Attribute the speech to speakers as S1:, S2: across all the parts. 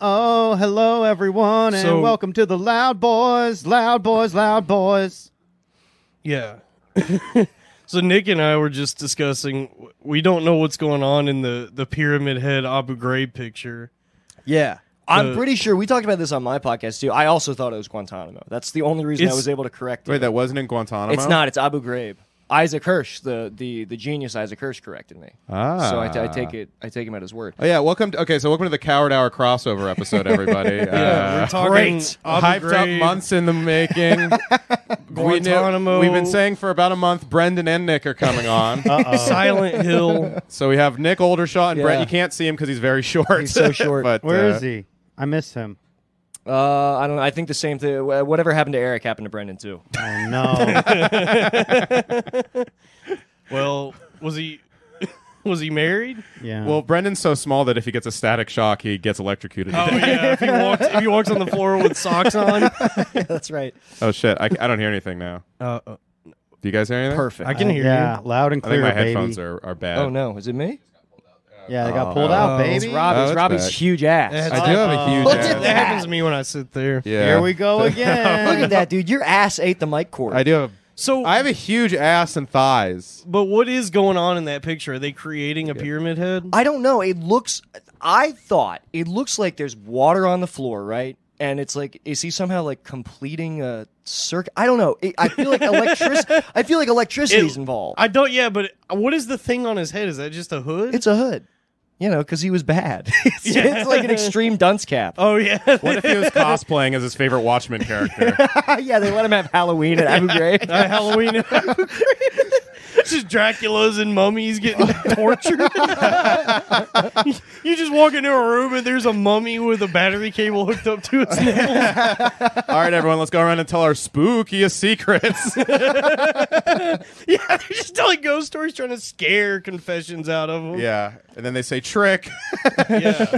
S1: Oh, hello everyone, and
S2: So-
S1: welcome to the Loud Boys, Loud Boys, Loud Boys.
S2: Yeah. so Nick and I were just discussing. We don't know what's going on in the the Pyramid Head Abu Ghraib picture.
S3: Yeah. I'm
S2: Uh,
S3: pretty sure we talked about this on my podcast too. I also thought it was Guantanamo. That's the only reason I
S2: It's-
S3: was able to correct
S4: Wait,
S3: it.
S4: that wasn't in Guantanamo.
S3: It's not. It's Abu Ghraib. Isaac Hirsch, the, the, the genius Isaac Hirsch, corrected me.
S4: Ah.
S3: So I, t- I take it. I take him at his word.
S4: Oh yeah, welcome. To, okay, so welcome to the Coward Hour crossover episode, everybody.
S2: Yeah,
S4: Uh,
S2: we're talking
S3: great.
S2: Abu
S4: hyped
S2: Ghraib,
S4: up months in the making. we
S2: Guantanamo.
S4: have been saying for about a month. Brendan and Nick are coming on,
S2: uh, Silent Hill.
S4: so we have Nick Oldershaw and Brett.
S3: Yeah.
S4: You can't see him because he's very short.
S3: He's so short.
S4: but
S1: Where is
S4: uh,
S1: he? I miss him.
S3: Uh, I don't know. I think the same thing. wh- Whatever happened to Eric happened to Brendan too.
S1: Oh no.
S2: Well, was he was he married?
S1: yeah.
S4: Well, Brendan's so small that if he gets a static shock, he gets electrocuted.
S2: Oh yeah. If he walks if he walks on the floor with socks on.
S3: That's right.
S4: Oh, shit! I, I don't hear anything now.
S2: Uh, uh,
S4: Do you guys hear anything?
S3: Perfect.
S2: I can hear
S1: yeah,
S2: you.
S1: loud and
S4: I
S1: clear,
S4: think my
S1: baby.
S4: headphones are, are bad.
S3: oh no, is it me?
S1: Yeah, they got
S4: Oh,
S1: pulled out,
S2: oh.
S1: baby.
S3: It's Robbie.
S4: Oh,
S3: it's
S4: that's
S3: Robbie's
S4: bad.
S3: huge ass.
S4: I do have a huge.
S3: Look
S4: ass.
S3: at
S2: That happens to me when I sit there.
S4: Yeah.
S1: Here we go again.
S3: Look at that, dude. Your ass ate the mic cord.
S4: I do have.
S2: So
S4: I have a huge ass and thighs.
S2: But what is going on in that picture? Are they creating a pyramid head?
S3: I don't know. It looks. I thought it looks like there's water on the floor, right? And it's like, is he somehow like completing a circuit? I don't know. It, I feel like electric. I feel like electricity's involved.
S2: I don't. Yeah, but what is the thing on his head? Is that just a hood?
S3: it's a hood, you know, because he was bad. it's, it's like an extreme dunce cap.
S2: oh yeah.
S4: What if he was cosplaying as his favorite Watchmen character?
S3: yeah, they let him have Halloween at Abu Ghraib.
S2: Uh, Halloween. It's just Dracula's and mummies getting tortured. you just walk into a room and there's a mummy with a battery cable hooked up to its neck.
S4: All right, everyone, let's go around and tell our spookiest secrets.
S2: Yeah, they're just telling ghost stories, trying to scare confessions out of them.
S4: yeah, and then they say trick.
S2: Yeah.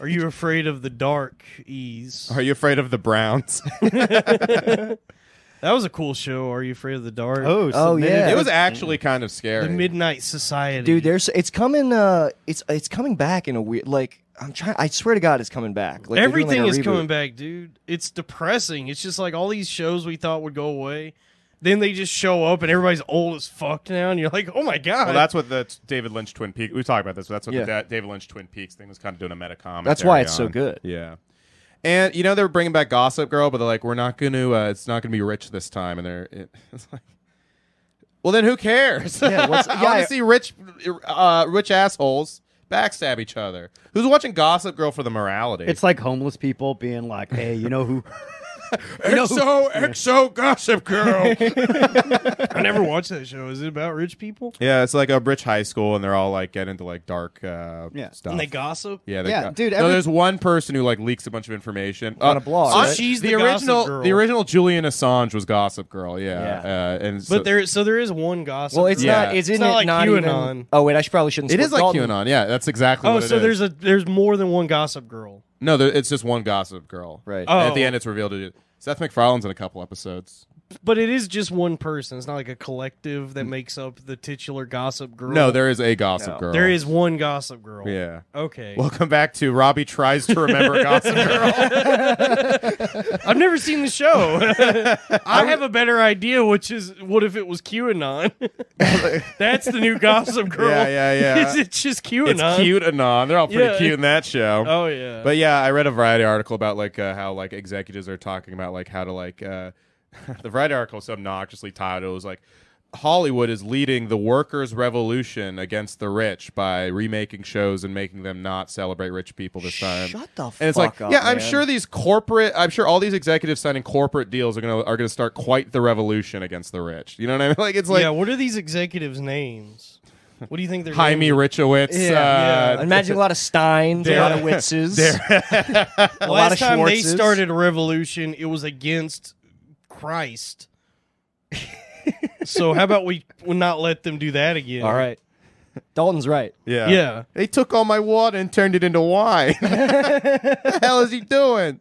S2: Are you afraid of the dark? Ease.
S4: Are you afraid of the Browns?
S2: That was a cool show. Are you afraid of the dark?
S1: Oh,
S3: Oh,
S1: submitted
S3: yeah.
S4: it was actually kind of scary.
S2: the Midnight Society.
S3: Dude, there's it's coming. Uh, it's it's coming back in a weird. Like I'm trying. I swear to God, it's coming back. Like, they're doing, like,
S2: Everything
S3: a
S2: is
S3: reboot.
S2: coming back, dude. It's depressing. It's just like all these shows we thought would go away, then they just show up and everybody's old as fuck now, and you're like, oh my god.
S4: well, that's what the t- David Lynch Twin Peaks. We talked about this. But that's what
S3: Yeah.
S4: the da- David Lynch Twin Peaks thing was kind of doing a meta commentary.
S3: That's why it's so
S4: on.
S3: good.
S4: Yeah, and you know they were bringing back Gossip Girl, but they're like, we're not going to. Uh, it's not going to be rich this time, and they're. It, it's like, well, then who cares?
S3: Yeah, what's-
S4: I
S3: yeah,
S4: want
S3: I-
S4: to see rich, uh, rich assholes backstab each other. Who's watching Gossip Girl for the morality?
S1: It's like homeless people being like, "Hey, you know who?
S4: XO XO Gossip Girl.
S2: I never watched that show. Is it about rich people?
S4: yeah, it's like a rich high school, and they're all like get into like dark uh,
S1: Yeah.
S4: stuff.
S2: And they gossip.
S4: yeah, they
S1: Yeah,
S4: got-
S1: dude,
S4: no,
S1: every-
S4: there's one person who like leaks a bunch of information Uh,
S3: On a blog, right?
S2: She's
S4: the,
S2: the Gossip
S4: original.
S2: Girl.
S4: The original Julian Assange was Gossip Girl. Yeah,
S3: Yeah.
S4: Uh, and so,
S2: But there, so there is one gossip.
S3: Well, it's
S2: group.
S4: Yeah.
S3: not. It's,
S2: It's
S3: in
S2: not
S3: it
S2: like
S3: not
S2: QAnon.
S3: Even, oh wait, I should probably shouldn't.
S4: It
S3: split
S4: is like
S3: Dalton.
S4: QAnon. Yeah, that's exactly.
S2: Oh,
S4: what it
S2: so
S4: is.
S2: there's a there's more than one gossip girl.
S4: no. There, it's just one Gossip Girl.
S3: Right.
S4: And At the
S2: Oh.
S4: end, it's revealed to Seth MacFarlane's in a couple episodes.
S2: But it is just one person. It's not like a collective that makes up the titular gossip girl.
S4: No, there is a Gossip Girl.
S2: there is one gossip girl.
S4: Yeah.
S2: Okay.
S4: Welcome back to Robbie tries to remember Gossip Girl.
S2: I've never seen the show. I have a better idea, which is what if it was QAnon? That's the new Gossip Girl.
S4: Yeah, yeah, yeah.
S2: It's, it's just
S4: It's
S2: QAnon.
S4: cute and on. They're all pretty
S2: Yeah,
S4: cute
S2: it-
S4: in that show.
S2: Oh yeah.
S4: But yeah, I read a Variety article about like uh, how like executives are talking about like how to like uh, the Variety article so obnoxiously titled it was like Hollywood is leading the workers' revolution against the rich by remaking shows and making them not celebrate rich people this time.
S3: Shut the
S4: and it's
S3: fuck
S4: like,
S3: up,
S4: yeah, I'm
S3: man.
S4: sure these corporate, I'm sure all these executives signing corporate deals are gonna are gonna start quite the revolution against the rich. You know what I mean? Like it's like
S2: yeah. What are these executives' names? What do you think they're?
S4: Jaime Richowitz.
S2: Yeah,
S4: uh,
S2: yeah.
S3: Imagine a lot of Steins, a lot of Witzes.
S2: Last
S3: lot of
S2: time they
S3: Schwartzes.
S2: started a revolution, it was against Christ. so how about we we not let them do that again?
S3: All right, Dalton's right.
S4: Yeah.
S2: Yeah.
S4: They took all my water and turned it into wine. the hell is he doing?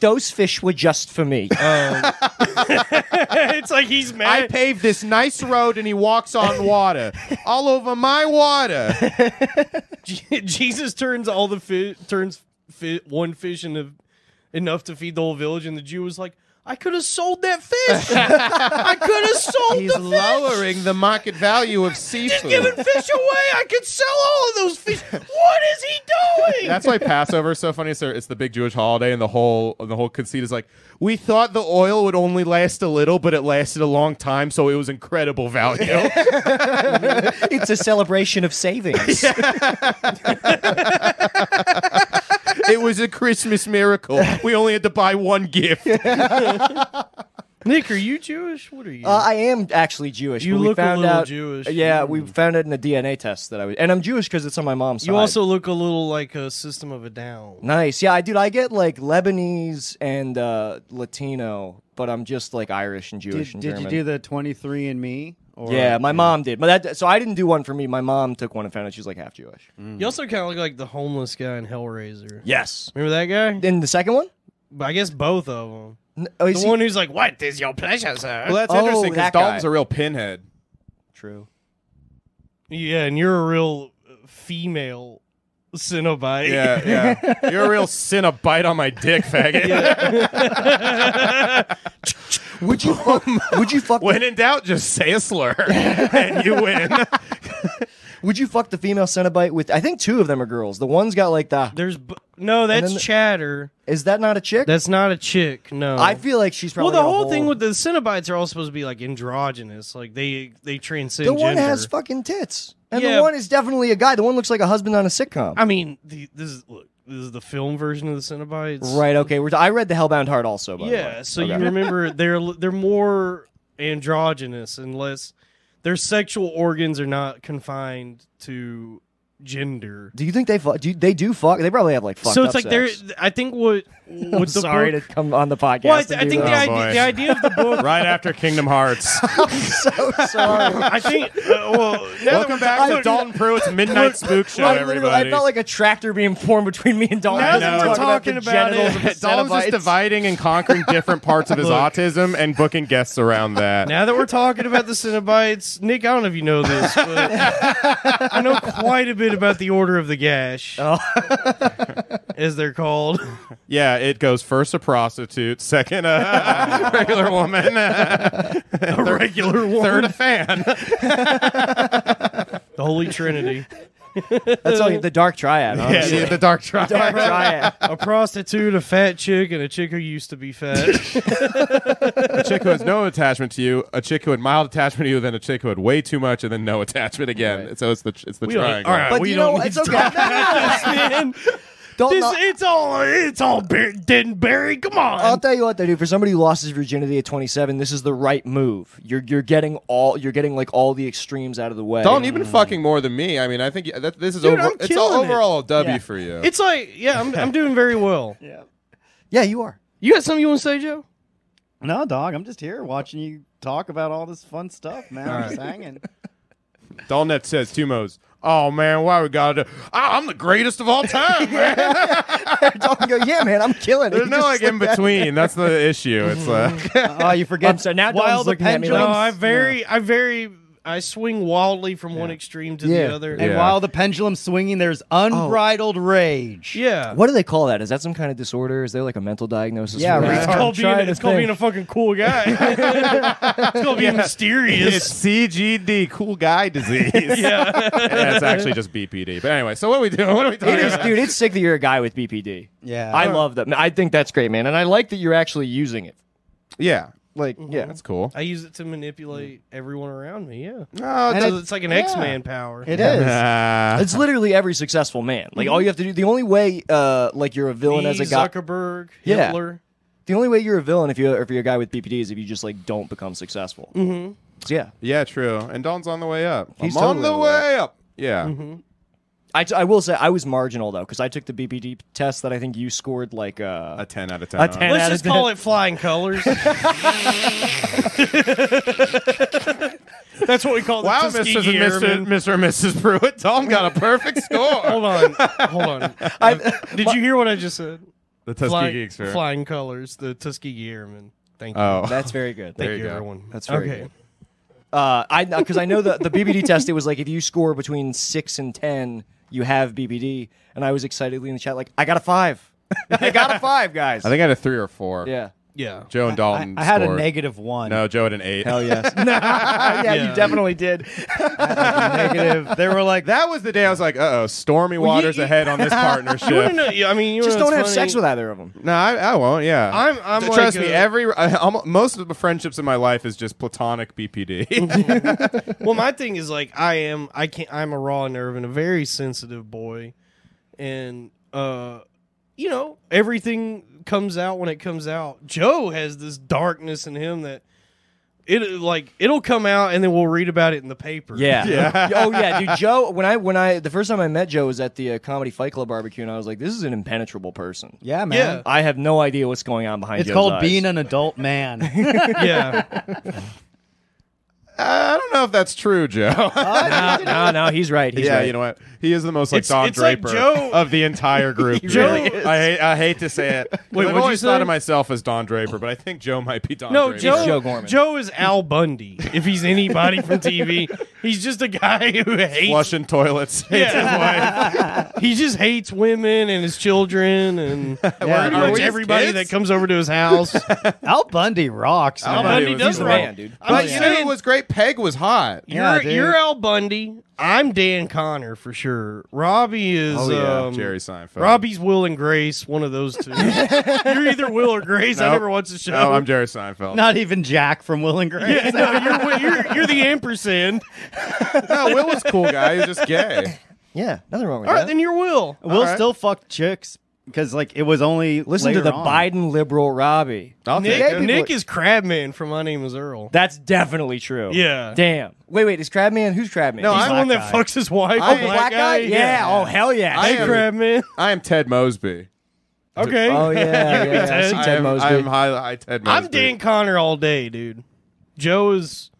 S3: Those fish were just for me. Uh,
S2: it's like he's mad.
S4: I paved this nice road and he walks on water. all over my water.
S2: Je- Jesus turns all the fi- turns fi- one fish and the, enough to feed the whole village, and the Jew was like, "I could have sold that fish. I could have sold
S4: He's
S2: the fish.
S4: lowering the market value of
S2: He's giving
S4: seafood.
S2: fish away. I could sell all of those fish. What is he doing?"
S4: That's why Passover is so funny. It's, their- it's the big Jewish holiday, and the whole and the whole conceit is like, we thought the oil would only last a little, but it lasted a long time, so it was incredible value.
S3: it's a celebration of savings.
S4: it was a Christmas miracle. We only had to buy one gift.
S2: Nick, are you Jewish? What are you?
S3: Uh, I am actually Jewish.
S2: You
S3: but we
S2: look a
S3: found
S2: little
S3: out,
S2: Jewish.
S3: Yeah, we found it in a DNA test that I was, and I'm Jewish because it's on my mom's
S2: you
S3: side.
S2: also look a little like a System of a Down.
S3: nice. Yeah, I dude, I get like Lebanese and uh, Latino, but I'm just like Irish and Jewish
S1: Did,
S3: and
S1: did
S3: German.
S1: you do the 23 and me? Or,
S3: yeah, my mom did, but that so I didn't do one for me. My mom took one and found out she's like half Jewish.
S2: You also kind of look like the homeless guy in Hellraiser.
S3: Yes.
S2: Remember that guy?
S3: Then the second one.
S2: But I guess both of them.
S3: N- Oh,
S2: The
S3: is he-
S2: one who's like, "What is your pleasure, sir?"
S4: Well, that's
S3: Oh,
S4: interesting because
S3: that guy.
S4: Dalton's a real pinhead.
S3: True.
S2: yeah, and you're a real uh, female Cenobite.
S4: Yeah, yeah. You're a real Cinnabite on my dick, faggot.
S3: Would you fuck, would you fuck
S4: When in doubt, just say a slur and you win.
S3: would you fuck the female Cenobite with? I think two of them are girls. The one's got like the
S2: There's b- no. That's
S3: then the-
S2: chatter.
S3: is that not a chick?
S2: That's not a chick. No.
S3: I feel like she's
S2: well,
S3: probably
S2: the
S3: got a
S2: whole thing with the Cenobites are all supposed to be like androgynous. Like they they transcend.
S3: the one
S2: gender.
S3: has fucking tits, and
S2: Yeah.
S3: the one is definitely a guy. The one looks like a husband on a sitcom.
S2: I mean, the, this is look. This is the film version of the Cenobites.
S3: right? Okay. We're t- I read the Hellbound Heart also. By the way.
S2: Yeah. So
S3: Okay.
S2: you remember they're they're more androgynous and less. Their sexual organs are not confined to gender.
S3: Do you think they fuck? Do you, they do fuck? They probably have like fucked
S2: so it's
S3: up
S2: like they're.
S3: sex.
S2: I think what
S3: I'm
S2: what the
S3: sorry
S2: book.
S3: to come on the podcast.
S2: well, I,
S3: and
S2: I
S3: do
S2: think the
S3: that.
S4: Oh,
S2: idea,
S4: boy.
S2: the idea of the book.
S4: right after Kingdom Hearts.
S3: I'm sorry.
S2: I think. Uh, well, now that we're
S4: Welcome back
S2: talking-
S4: to Dalton Pruitt's Midnight Spook Show,
S3: I literally-
S4: everybody.
S3: I felt like a tractor being formed between me and Dalton.
S2: Now
S4: that we're
S2: talking about
S3: the genitals
S2: it,
S3: of the
S4: Dalton's just
S3: Cenobites.
S4: dividing and conquering different parts of his autism and booking guests around that.
S2: Now that we're talking about the Cenobites, Nick, I don't know if you know this, but I know quite a bit about the Order of the Gash,
S3: Oh.
S2: as they're called.
S4: yeah, it goes first a prostitute, second a regular woman,
S2: A regular one.
S4: third a fan.
S2: The Holy Trinity.
S3: That's all you- the dark triad. Huh?
S4: yeah, the, the dark tribe.
S3: Dark triad.
S2: A prostitute, a fat chick, and a chick who used to be fat.
S4: a chick who has no attachment to you, a chick who had mild attachment to you, then a chick who had way too much, and then no attachment again. So it's the it's the
S2: We don't-
S4: triangle.
S2: all right.
S3: But
S2: We
S3: you
S2: don't
S3: know,
S2: need
S3: it's
S2: to
S3: okay. No, no, no.
S2: This man-
S3: Don't
S2: this-
S3: knock-
S2: it's all it's all bur- dead and buried. Come on.
S3: I'll tell you what, though, dude. For somebody who lost his virginity at 27, this is the right move. You're you're getting all you're getting like all the extremes out of the way.
S4: Dalton, you've been fucking more than me. I mean, I think that, this is
S2: Dude,
S4: over.
S2: I'm
S4: It's all
S2: killing it.
S4: overall a W
S3: Yeah.
S4: for you.
S2: it's like, yeah, I'm, I'm doing very well.
S3: yeah, you are.
S2: You got something you want to say, Joe?
S1: No, dog. I'm just here watching you talk about all this fun stuff, man. I'm just hanging.
S4: Dalton that says Tumo's. Oh man, why we gotta? do- I, I'm the greatest of all time, man.
S3: Dalton go, yeah, man, I'm killing it.
S4: There's
S3: He
S4: no
S3: just
S4: like in
S3: looked at me.
S4: between. That's the issue. It's uh, like
S3: Oh, you forget. So now
S1: While
S3: Dalton's
S1: the
S3: looking at me
S1: pendulum-
S2: No,
S3: like,
S2: I very, I very, I swing wildly from one extreme to
S3: Yeah.
S2: the other.
S1: And
S4: Yeah.
S1: while the pendulum's swinging, there's
S3: Oh.
S1: unbridled rage.
S2: Yeah.
S3: what do they call that? Is that some kind of disorder? Is there like a mental diagnosis?
S1: Yeah,
S3: for that?
S1: retard.
S2: It's called, being,
S3: Trying to
S2: it's called
S3: think.
S2: being a fucking cool guy. it's called being mysterious.
S4: it's CGD, cool guy disease. yeah.
S2: Yeah.
S4: it's actually just BPD. But anyway, so what are we doing? What are we talking
S3: It is,
S4: about?
S3: dude. It's sick that you're a guy with BPD.
S1: Yeah.
S3: I love that. I think that's great, man, and I like that you're actually using it.
S4: Yeah,
S3: Like, yeah,
S4: Mm-hmm. that's cool.
S2: I use it to manipulate everyone around me. Yeah.
S4: Oh,
S1: And
S2: So
S1: it-
S2: it's like an
S1: yeah.
S2: X-Man power.
S1: It is.
S4: uh,
S3: it's literally every successful man. Like, all you have to do. The only way, uh, like you're a villain
S2: Me,
S3: as a guy.
S2: Zuckerberg,
S3: Yeah.
S2: Hitler.
S3: The only way you're a villain if you if you're a guy with BPD is if you just like don't become successful. Mm-hmm. Yeah,
S4: Yeah, true. And Don's on the way up.
S3: He's
S4: I'm on
S3: totally
S4: the
S3: on the way Mm-hmm.
S4: way up. Yeah.
S3: I, t- I will say I was marginal though because I took the BPD test that I think you scored like uh,
S4: A 10 out of 10.
S3: A 10.
S2: Let's
S3: out
S2: just
S3: of
S2: call it flying colors. That's what we call the
S4: Wow,
S2: Tuskegee
S4: Mrs. and Mr.
S2: Airmen.
S4: Mr. and Mrs. Pruitt. Don got a perfect score.
S2: Hold on, hold on. Um, Did you hear what I just said?
S4: the
S2: Fly-
S4: Tuskegee experiment.
S2: Flying colors, the Tuskegee Airmen. Thank you.
S4: Oh.
S3: That's very good.
S2: Thank
S4: there
S2: you,
S4: you go.
S2: everyone.
S3: That's very
S2: okay.
S3: good. Uh, I because I know the the BBD test. It was like if you score between six and ten, you have BBD. And I was excitedly in the chat like I got a five. I got a five, guys.
S4: I think I had a three or four.
S3: yeah.
S2: Yeah.
S4: Joe and
S1: I,
S4: Dalton.
S1: I had a
S4: scored.
S1: negative one.
S4: No, Joe had an eight.
S1: Hell yes.
S3: yeah,
S2: Yeah.
S3: you definitely did.
S1: negative. They were like,
S4: That was the day I was like, uh oh, stormy waters
S2: you-
S4: ahead on this
S2: You want to
S4: partnership.
S2: know? yeah, I mean, you
S3: Just
S2: wanna
S3: don't
S2: know
S3: have
S2: what's
S3: sex
S2: funny?
S3: with either of them.
S4: No, I, I won't. Yeah,
S2: I'm- I'm
S4: T-
S2: like
S4: trust me.
S2: a-
S4: every I, almo- most of the friendships in my life is just platonic BPD.
S2: well, my thing is like I am. I can't. I'm a raw nerve and a very sensitive boy, and uh, you know everything comes out when it comes out. Joe has this darkness in him that it like it'll come out and then we'll read about it in the paper.
S3: Yeah. oh yeah, dude. Joe, when I when I the first time I met Joe was at the uh, comedy Fight Club barbecue, and I was like, this is an impenetrable person.
S1: yeah, man.
S2: Yeah.
S3: I have no idea what's going on behind.
S1: It's
S3: Joe's
S1: called
S3: eyes.
S1: being an adult man.
S2: yeah.
S4: I don't know if that's true, Joe.
S3: no, no, no, he's right. He's
S4: yeah,
S3: right.
S4: you know what? He is the most like
S2: It's-
S4: Don
S2: it's like
S4: Draper
S2: Joe-
S4: of the entire group.
S2: Joe-
S4: really. I hate, I hate to say it. 'Cause
S2: Wait,
S4: I've
S2: what'd
S4: always
S2: you
S4: thought
S2: say?
S4: of myself as Don Draper, but I think Joe might be Don.
S2: No,
S4: Draper.
S2: Joe.
S3: Joe Gorman.
S2: Joe is Al Bundy. If he's anybody from TV, he's just a guy who hates.
S4: flushing toilets. hates his
S2: Yeah. he just hates women and his children and pretty
S4: are
S2: much
S4: we his
S2: everybody
S4: kids?
S2: that comes over to his house.
S1: Al Bundy rocks. man.
S4: Al Bundy
S2: Bundy
S4: was
S2: does
S4: the
S2: rock.
S3: man, dude.
S2: I'm
S4: But
S2: just
S4: you
S2: saying,
S4: know who was great? Peg was hot.
S2: you're,
S1: Yeah, dude.
S2: you're Al Bundy. I'm Dan Connor for sure. Robbie is
S4: Oh, yeah,
S2: um,
S4: Jerry Seinfeld.
S2: Robbie's Will and Grace, one of those two. you're either Will or Grace. I
S4: Nope.
S2: never watched the show.
S4: No, I'm Jerry Seinfeld.
S1: Not even Jack from Will and Grace.
S2: yeah, no, you're, you're, you're the ampersand.
S4: No, Will was a cool guy. He's just gay.
S3: Yeah, nothing wrong with
S2: All right,
S3: that.
S2: then you're Will.
S1: Will
S4: right.
S1: still fuck chicks because like it was only
S3: Listen to
S1: later
S3: the
S1: on.
S3: Biden liberal Robbie.
S4: I'll
S2: Nick,
S4: take it.
S2: Nick is Crabman from My Name Is Earl.
S3: That's definitely true.
S2: Yeah.
S3: Damn. Wait, wait. Is Crabman? Who's Crabman?
S4: No,
S2: He's
S4: I-
S2: the one
S1: guy.
S2: that fucks his wife.
S4: I-
S2: a
S4: Oh,
S3: black guy. Yeah. Oh hell yeah.
S4: I
S2: Hey,
S4: am-
S2: Crabman.
S4: I am Ted Mosby.
S2: Okay.
S3: Oh yeah, yeah, yeah. I see
S2: Ted.
S4: I
S3: Ted
S4: am,
S3: Mosby.
S4: I am high, high Ted Mosby.
S2: I'm Dan Connor all day, dude. Joe is.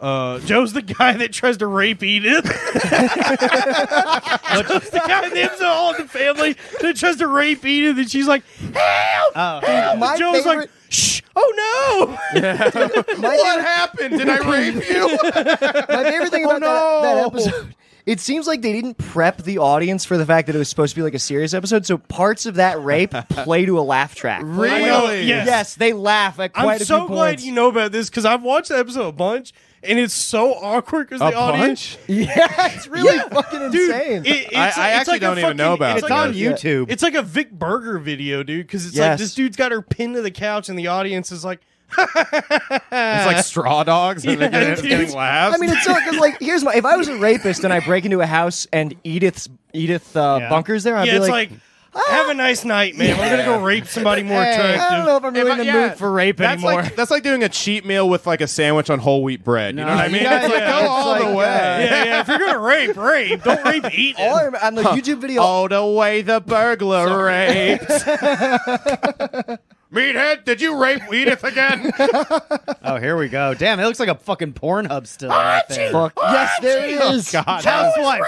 S2: Uh, Joe's the guy that tries to rape Edith. Joe's the guy that's all in the family that tries to rape Edith, and she's like, "Help!"
S1: Oh.
S2: help!"
S3: My
S2: Joe's like,
S3: favorite-
S2: "Shh! Oh no!"
S3: my,
S4: What
S3: favorite,
S4: happened? Did I rape you?
S3: my favorite thing about
S4: no.
S3: that, that episode. It seems like they didn't prep the audience for the fact that it was supposed to be like a serious episode, so parts of that rape play to a laugh track. oh,
S4: Really?
S2: Yes.
S3: Yes, they laugh at
S2: I'm
S3: quite a
S2: so
S3: few
S2: glad
S3: points.
S2: you know about this because I've watched the episode a bunch, and it's so awkward because
S4: A
S2: the audience,
S4: punch?
S3: yeah, it's really fucking
S2: dude,
S3: insane.
S2: it- it's
S4: I- I
S2: it's
S4: actually
S2: like a
S4: don't even know
S2: fucking-
S4: about
S1: It's
S4: this.
S2: like
S1: on
S2: a-
S3: Yeah.
S1: YouTube.
S2: It's like a Vic Berger video, dude, because it's like
S3: Yes.
S2: this dude's got her pinned to the couch, and the audience is like,
S4: It's like straw dogs and
S2: Yeah,
S4: they're
S2: dude.
S4: getting, getting laughs.
S3: I mean, it's so because like here's my if I was a rapist and I break into a house and Edith's Edith uh,
S1: Yeah.
S3: bunkers there, I'd
S2: yeah,
S3: be
S2: it's
S3: like, "Ah."
S2: like, have a nice night, man. I'm gonna go rape somebody more attractive.
S3: I don't know if I'm
S4: If
S3: really
S4: I-
S3: in the
S4: yeah,
S3: mood for rape
S4: that's
S3: anymore.
S4: Like, that's like doing a cheat meal with like a sandwich on whole wheat bread. You
S1: No.
S4: know what I mean?
S2: Yeah,
S4: it's like
S2: yeah,
S4: go
S2: it's
S4: all the way.
S2: yeah, yeah. If you're gonna rape, rape. Don't rape eating.
S3: All I remember- on the YouTube video,
S4: All the way the burglar raped. Meathead, did you rape Edith again?
S1: oh, here we go. Damn, it looks like a fucking Pornhub still.
S2: Ah,
S1: Right there.
S3: fuck. Oh, yes, there it is.
S4: God,
S1: Housewife.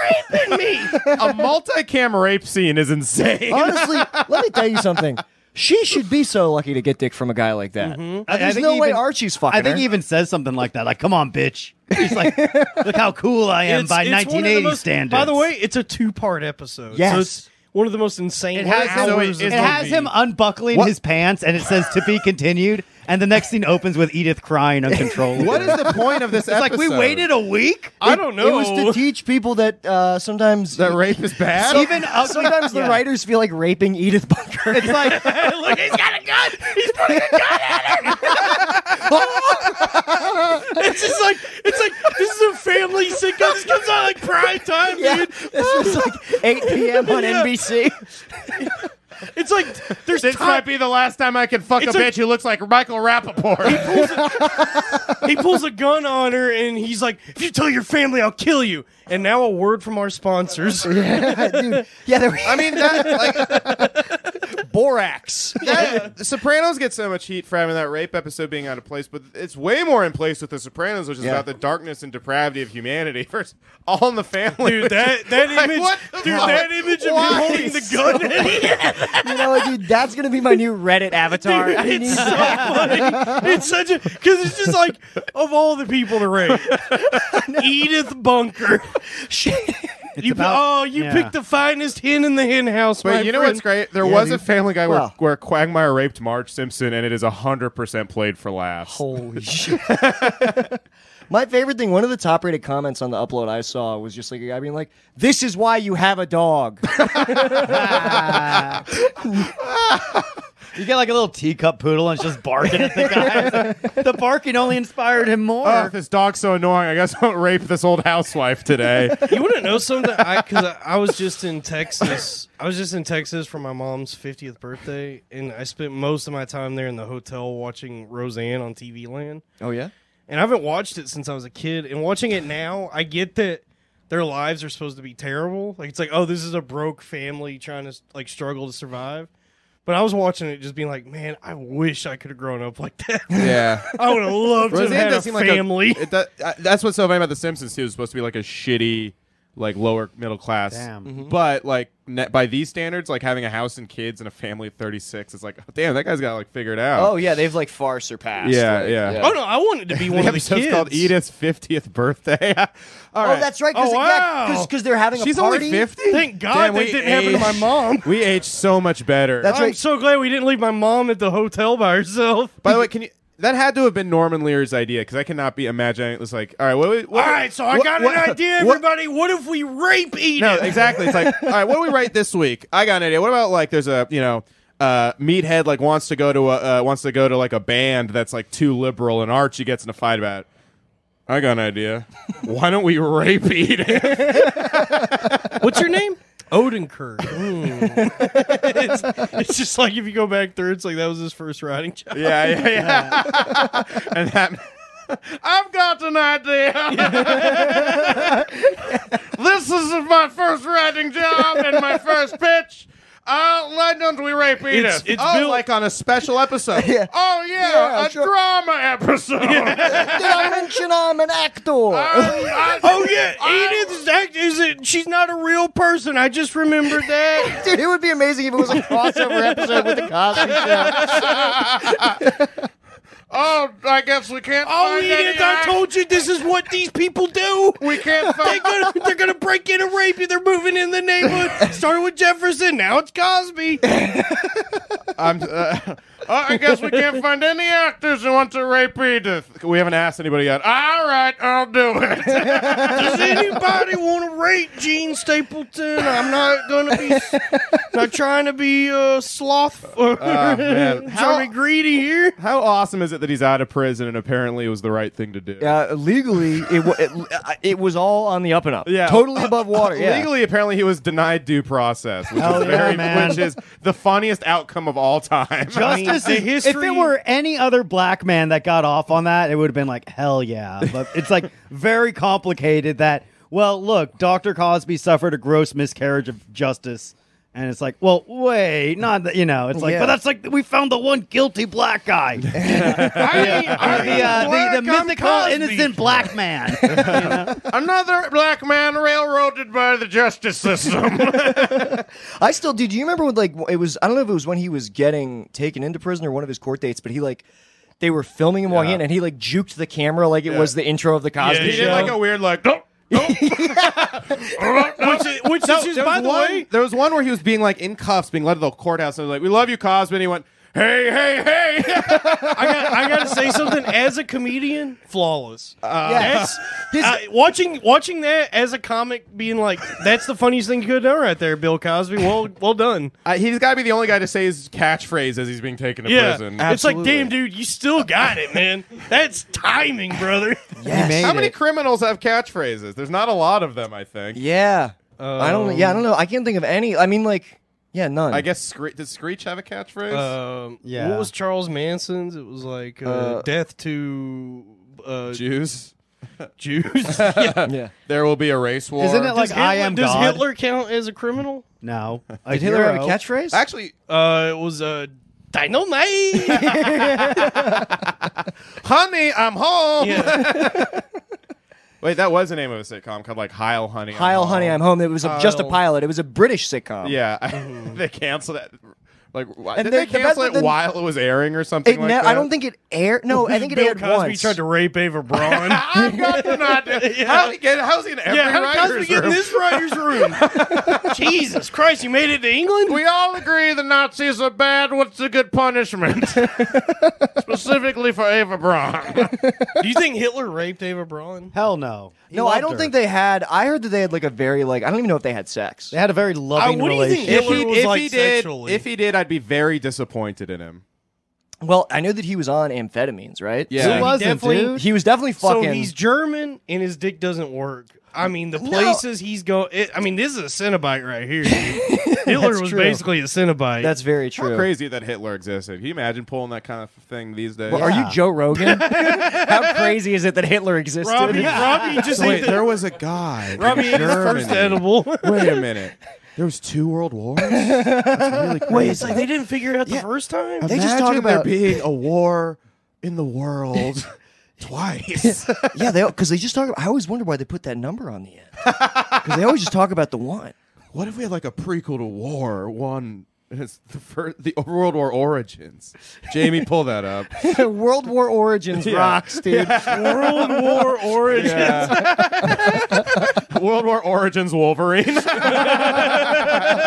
S4: a multi-cam rape scene is insane.
S3: Honestly, let me tell you something. She should be so lucky to get dick from a guy like that.
S1: I- I
S3: There's
S1: think
S3: no
S1: he
S3: way
S1: even-
S3: Archie's fucking
S1: I think
S3: her.
S1: he even says something like that. Like, come on, bitch. He's like, look how cool I am
S2: It's-
S1: by
S2: it's one of the
S1: 1980
S2: most-
S1: standards.
S2: By the way, it's a two part episode.
S3: Yes.
S2: So it's one of the most insane.
S1: It has, him,
S2: hours
S1: it
S2: of
S1: has
S2: movie.
S1: him unbuckling
S3: What-
S1: his pants, and it says "to be continued." And the next scene opens with Edith crying uncontrollably.
S4: what is the point of this
S1: It's like
S4: episode?
S1: we waited a week.
S2: I don't know.
S3: It was to teach people that uh, sometimes
S4: that rape is bad.
S1: Even ugly-
S3: sometimes the
S1: yeah.
S3: writers feel like raping Edith Bunker.
S1: It's like
S2: Look, he's got a gun. He's putting a gun at her. it's just like it's like this is a family sitcom. This comes out like prime time,
S3: yeah,
S2: dude.
S3: this was like 8 p.m. on
S2: Yeah.
S3: NBC.
S2: It's like there's
S4: This
S2: time.
S4: might be the last time I can fuck
S2: It's
S4: a
S2: a-
S4: bitch who looks like Michael Rappaport.
S2: he pulls a gun on her and he's like, "If you tell your family, I'll kill you." And now a word from our sponsors.
S3: Dude, yeah, there
S4: I mean, that, like,
S3: borax.
S4: that, The Sopranos get so much heat for having that rape episode being out of place, but it's way more in place with The Sopranos, which is
S3: Yeah.
S4: about the darkness and depravity of humanity. First, All in the Family.
S2: Dude,
S4: which
S2: that
S4: is
S2: that
S4: like,
S2: image,
S4: what the
S2: dude,
S4: fuck?
S2: that image of
S4: Why?
S2: him holding the gun. at him.
S3: You know, dude, that's gonna be my new Reddit avatar. I need
S2: It's so
S3: that.
S2: funny. It's such a because it's just like of all the people to rape, Edith Bunker.
S3: She,
S1: It's
S2: you
S1: about-
S2: oh, you
S1: yeah.
S2: picked the finest hen in the hen house, my
S4: But you know
S2: friend.
S4: what's great? There
S3: Yeah,
S4: was a
S3: dude.
S4: Family Guy where,
S3: Wow.
S4: where Quagmire raped Marge Simpson, and it is hundred percent played for laughs.
S3: Holy shit. My favorite thing, one of the top rated comments on the upload I saw was just like a guy being like, This is why you have a dog.
S1: You get like a little teacup poodle and it's just barking at the guy. the barking only inspired him more.
S4: Oh, this dog's so annoying. I guess I'll rape this old housewife today.
S2: You want to know something? I because I, I was just in Texas. I was just in Texas for my mom's fiftieth birthday, and I spent most of my time there in the hotel watching Roseanne on TV Land.
S3: oh, yeah?
S2: And I haven't watched it since I was a kid. And watching it now, I get that their lives are supposed to be terrible. Like it's like, oh, this is a broke family trying to like struggle to survive. But I was watching it, just being like, man, I wish I could have grown up like that.
S4: yeah.
S2: I would have loved to have
S4: Roseanne
S2: had a
S4: does seem like a-
S2: family.
S4: it do- I- that's what's so funny about The Simpsons too. It's supposed to be like a shitty, like lower middle class.
S1: Damn.
S2: Mm-hmm.
S4: But like ne- by these standards, like having a house and kids and a family of thirty six is like, damn, that guy's got like figured out.
S3: Oh, yeah. They've like far surpassed.
S4: Yeah,
S3: like,
S4: yeah.
S2: oh no, I wanted to be one
S4: the
S2: of the
S4: episode's
S2: kids.
S4: called Edith's fiftieth birthday. All
S3: Oh,
S4: right.
S3: that's right. Because
S2: Oh, wow.
S3: they're having
S4: She's
S3: a party.
S4: only fifty.
S2: Thank God
S4: Damn,
S2: that
S4: we
S2: didn't happen to my
S4: aged-
S2: mom.
S4: We age so much better.
S3: That's
S2: I'm
S3: right.
S2: so glad we didn't leave my mom at the hotel by herself.
S4: By the way, can you? That had to have been Norman Lear's idea because I cannot be imagining. It was like, all right, what? what,
S2: All right, so I
S4: what-
S2: got
S4: what-
S2: an idea,
S4: what-
S2: everybody. What if we rape Edith?
S4: No, exactly. It's like, all right, what do we write this week? I got an idea. What about like there's a you know, uh, meathead like wants to go to a uh, wants to go to like a band that's like too liberal, and Archie gets in a fight about. it. I got an idea. Why don't we rape Edith?
S2: What's your name? Odenkirk. it's, it's just like if you go back through, it's like that was his first writing job.
S4: yeah, yeah, yeah. and that. I've got an idea. this is my first writing job and my first pitch. Uh, why don't we rape Edith?
S2: It's- it's
S4: oh,
S2: built-
S4: like on a special episode.
S3: Yeah.
S4: Oh yeah,
S3: Yeah,
S4: a
S3: sure.
S4: drama episode.
S3: Did I mention I'm an actor? Ah.
S4: Um, I- I-
S2: Oh yeah, Edith is act- is it? She's not a real person. I just remembered that.
S3: Dude, it would be amazing if it was a crossover episode with the Cosby Show.
S4: Oh, I guess we can't.
S2: Oh
S4: find
S2: Edith,
S4: any
S2: I
S4: act-
S2: told you this is what these people do.
S4: we can't
S2: They
S4: find.
S2: gonna, they're gonna break in and rape you. They're moving in the neighborhood. Started with Jefferson, now it's Cosby.
S4: I'm, uh, oh, I guess we can't find any actors who want to rape Edith. We haven't asked anybody yet. All right, I'll do it.
S2: Does anybody want to rate Gene Stapleton? I'm not gonna be not trying to be uh, sloth or
S4: Uh, Oh, man.
S2: trying to be greedy here.
S4: How awesome is it that he's out of prison and apparently it was the right thing to do?
S3: Uh, legally, it, wa- it it was all on the up and up.
S4: Yeah.
S3: totally above water. Yeah.
S4: Legally, apparently, he was denied due process, which,
S1: Hell
S4: is
S1: yeah,
S4: very,
S1: man.
S4: which is the funniest outcome of all time.
S1: Justice
S2: the
S1: is-
S2: history-
S1: If it were any other black man that got off on that, it would have been like hell yeah. But it's like very complicated. That well, look, Doctor Cosby suffered a gross miscarriage of justice, and it's like, well, wait, not that you know. It's like,
S3: Yeah.
S1: but that's like we found the one guilty black guy, the, uh, the, the mythical innocent black man.
S4: Another black man railroaded by the justice system.
S3: I still, dude. Do you remember when, like, it was? I don't know if it was when he was getting taken into prison or one of his court dates, but he like, they were filming him walking in, and he like juked the camera like it was the intro of the Cosby
S4: he
S3: Show.
S4: did like a weird like. "Nope, nope."
S2: Which, is- which
S4: No,
S2: is just,
S4: there
S2: by
S4: was
S2: the
S4: one-
S2: way,
S4: there was one where he was being like in cuffs, being led to the courthouse, and they was like, "We love you, Cosby." And he went, "Hey, hey, hey!"
S2: I got I gotta say something. As a comedian, flawless.
S4: Uh,
S3: uh,
S2: That's
S3: His-
S2: uh, watching watching that as a comic, being like, that's the funniest thing you could have done right there, Bill Cosby. Well, well done.
S4: Uh, he's got to be the only guy to say his catchphrase as he's being taken to
S2: Yeah,
S4: prison.
S2: it's like,
S3: Absolutely.
S2: damn, dude, you still got it, man. That's timing, brother.
S3: Yes.
S1: made-
S4: How many
S1: it.
S4: criminals have catchphrases? There's not a lot of them, I think.
S3: Yeah. I don't. Yeah, I don't know. I can't think of any. I mean, like, yeah, none.
S4: I guess Scree- did Screech have a catchphrase?
S2: Um,
S1: Yeah.
S2: What was Charles Manson's? It was like uh, death to uh,
S4: Jews.
S2: Jews. Yeah.
S3: Yeah.
S4: There will be a race war.
S1: Isn't it like
S2: Does
S1: I
S2: Hitler-
S1: am
S2: does
S1: God?
S2: Hitler count as a criminal?
S1: no, a
S3: Did Hitler have a
S1: hero.
S3: catchphrase?
S4: actually?
S2: Uh, it was uh, dynamite.
S4: Honey, I'm home.
S2: yeah.
S4: Wait, that was the name of a sitcom called like Heil Honey. I'm
S3: Heil,
S4: Home.
S3: honey, I'm home. It was a, just a
S2: Heil.
S3: pilot. It was a British sitcom.
S4: Yeah, they canceled that. Like, why,
S3: And
S4: did
S3: they-
S4: they
S3: the best-
S4: cancel it
S3: then-
S4: while it was airing or something
S3: It
S4: like
S3: ne-
S4: that?
S3: I don't think it aired. No, I think it
S2: Bill
S3: aired
S2: Cosby
S3: once.
S2: tried to rape Ava Braun.
S4: How got the not? How did he get? How's he in every
S2: yeah, how did Cosby
S4: writer's
S2: get in
S4: room?
S2: this writer's room? Jesus Christ, you made it to England?
S4: We all agree the Nazis are bad. What's the good punishment? Specifically for Ava Braun.
S2: Do you think Hitler raped Ava Braun?
S1: Hell no. He
S3: no, I
S1: loved
S3: don't
S1: her.
S3: think they had. I heard that they had like a very like I don't even know if they had sex.
S1: They had a very loving
S2: what do you think
S1: relationship.
S4: If
S2: Hitler
S4: he,
S2: was,
S4: if
S2: like,
S4: he did,
S2: sexually-
S4: if he did, I'd be very disappointed in him.
S3: Well, I know that he was on amphetamines, right?
S4: Yeah.
S1: Who
S4: he
S1: wasn't,
S2: definitely-
S1: dude?
S3: He was definitely fucking.
S2: So he's German and his dick doesn't work. I mean, the places he's going. I mean, this is a Cenobite right here. dude. Hitler
S3: That's
S2: was
S3: true.
S2: basically a Cenobite.
S3: That's very true.
S4: How crazy that Hitler existed. Can you imagine pulling that kind of thing these days?
S3: Well, Are
S1: Yeah.
S3: you Joe Rogan? How crazy is it that Hitler existed?
S2: Robbie. Robbie just
S4: So
S2: ate
S4: wait,
S2: the-
S4: there was a guy.
S2: Robbie ate
S4: in
S2: his first
S4: Germany.
S2: edible.
S4: Wait a minute. There was two world wars. That's really crazy.
S2: Wait, it's like they didn't figure it out the first time.
S3: They just talk
S4: Imagine
S3: about-
S4: there being a war in the world twice.
S3: yeah, they because they just talk. I always wonder why they put that number on the end because they always just talk about the one.
S4: what if we had like a prequel to War One? It's the first, the World War Origins. Jamie, pull that up.
S3: World War Origins rocks, dude.
S2: World War Origins.
S4: World War Origins Wolverine.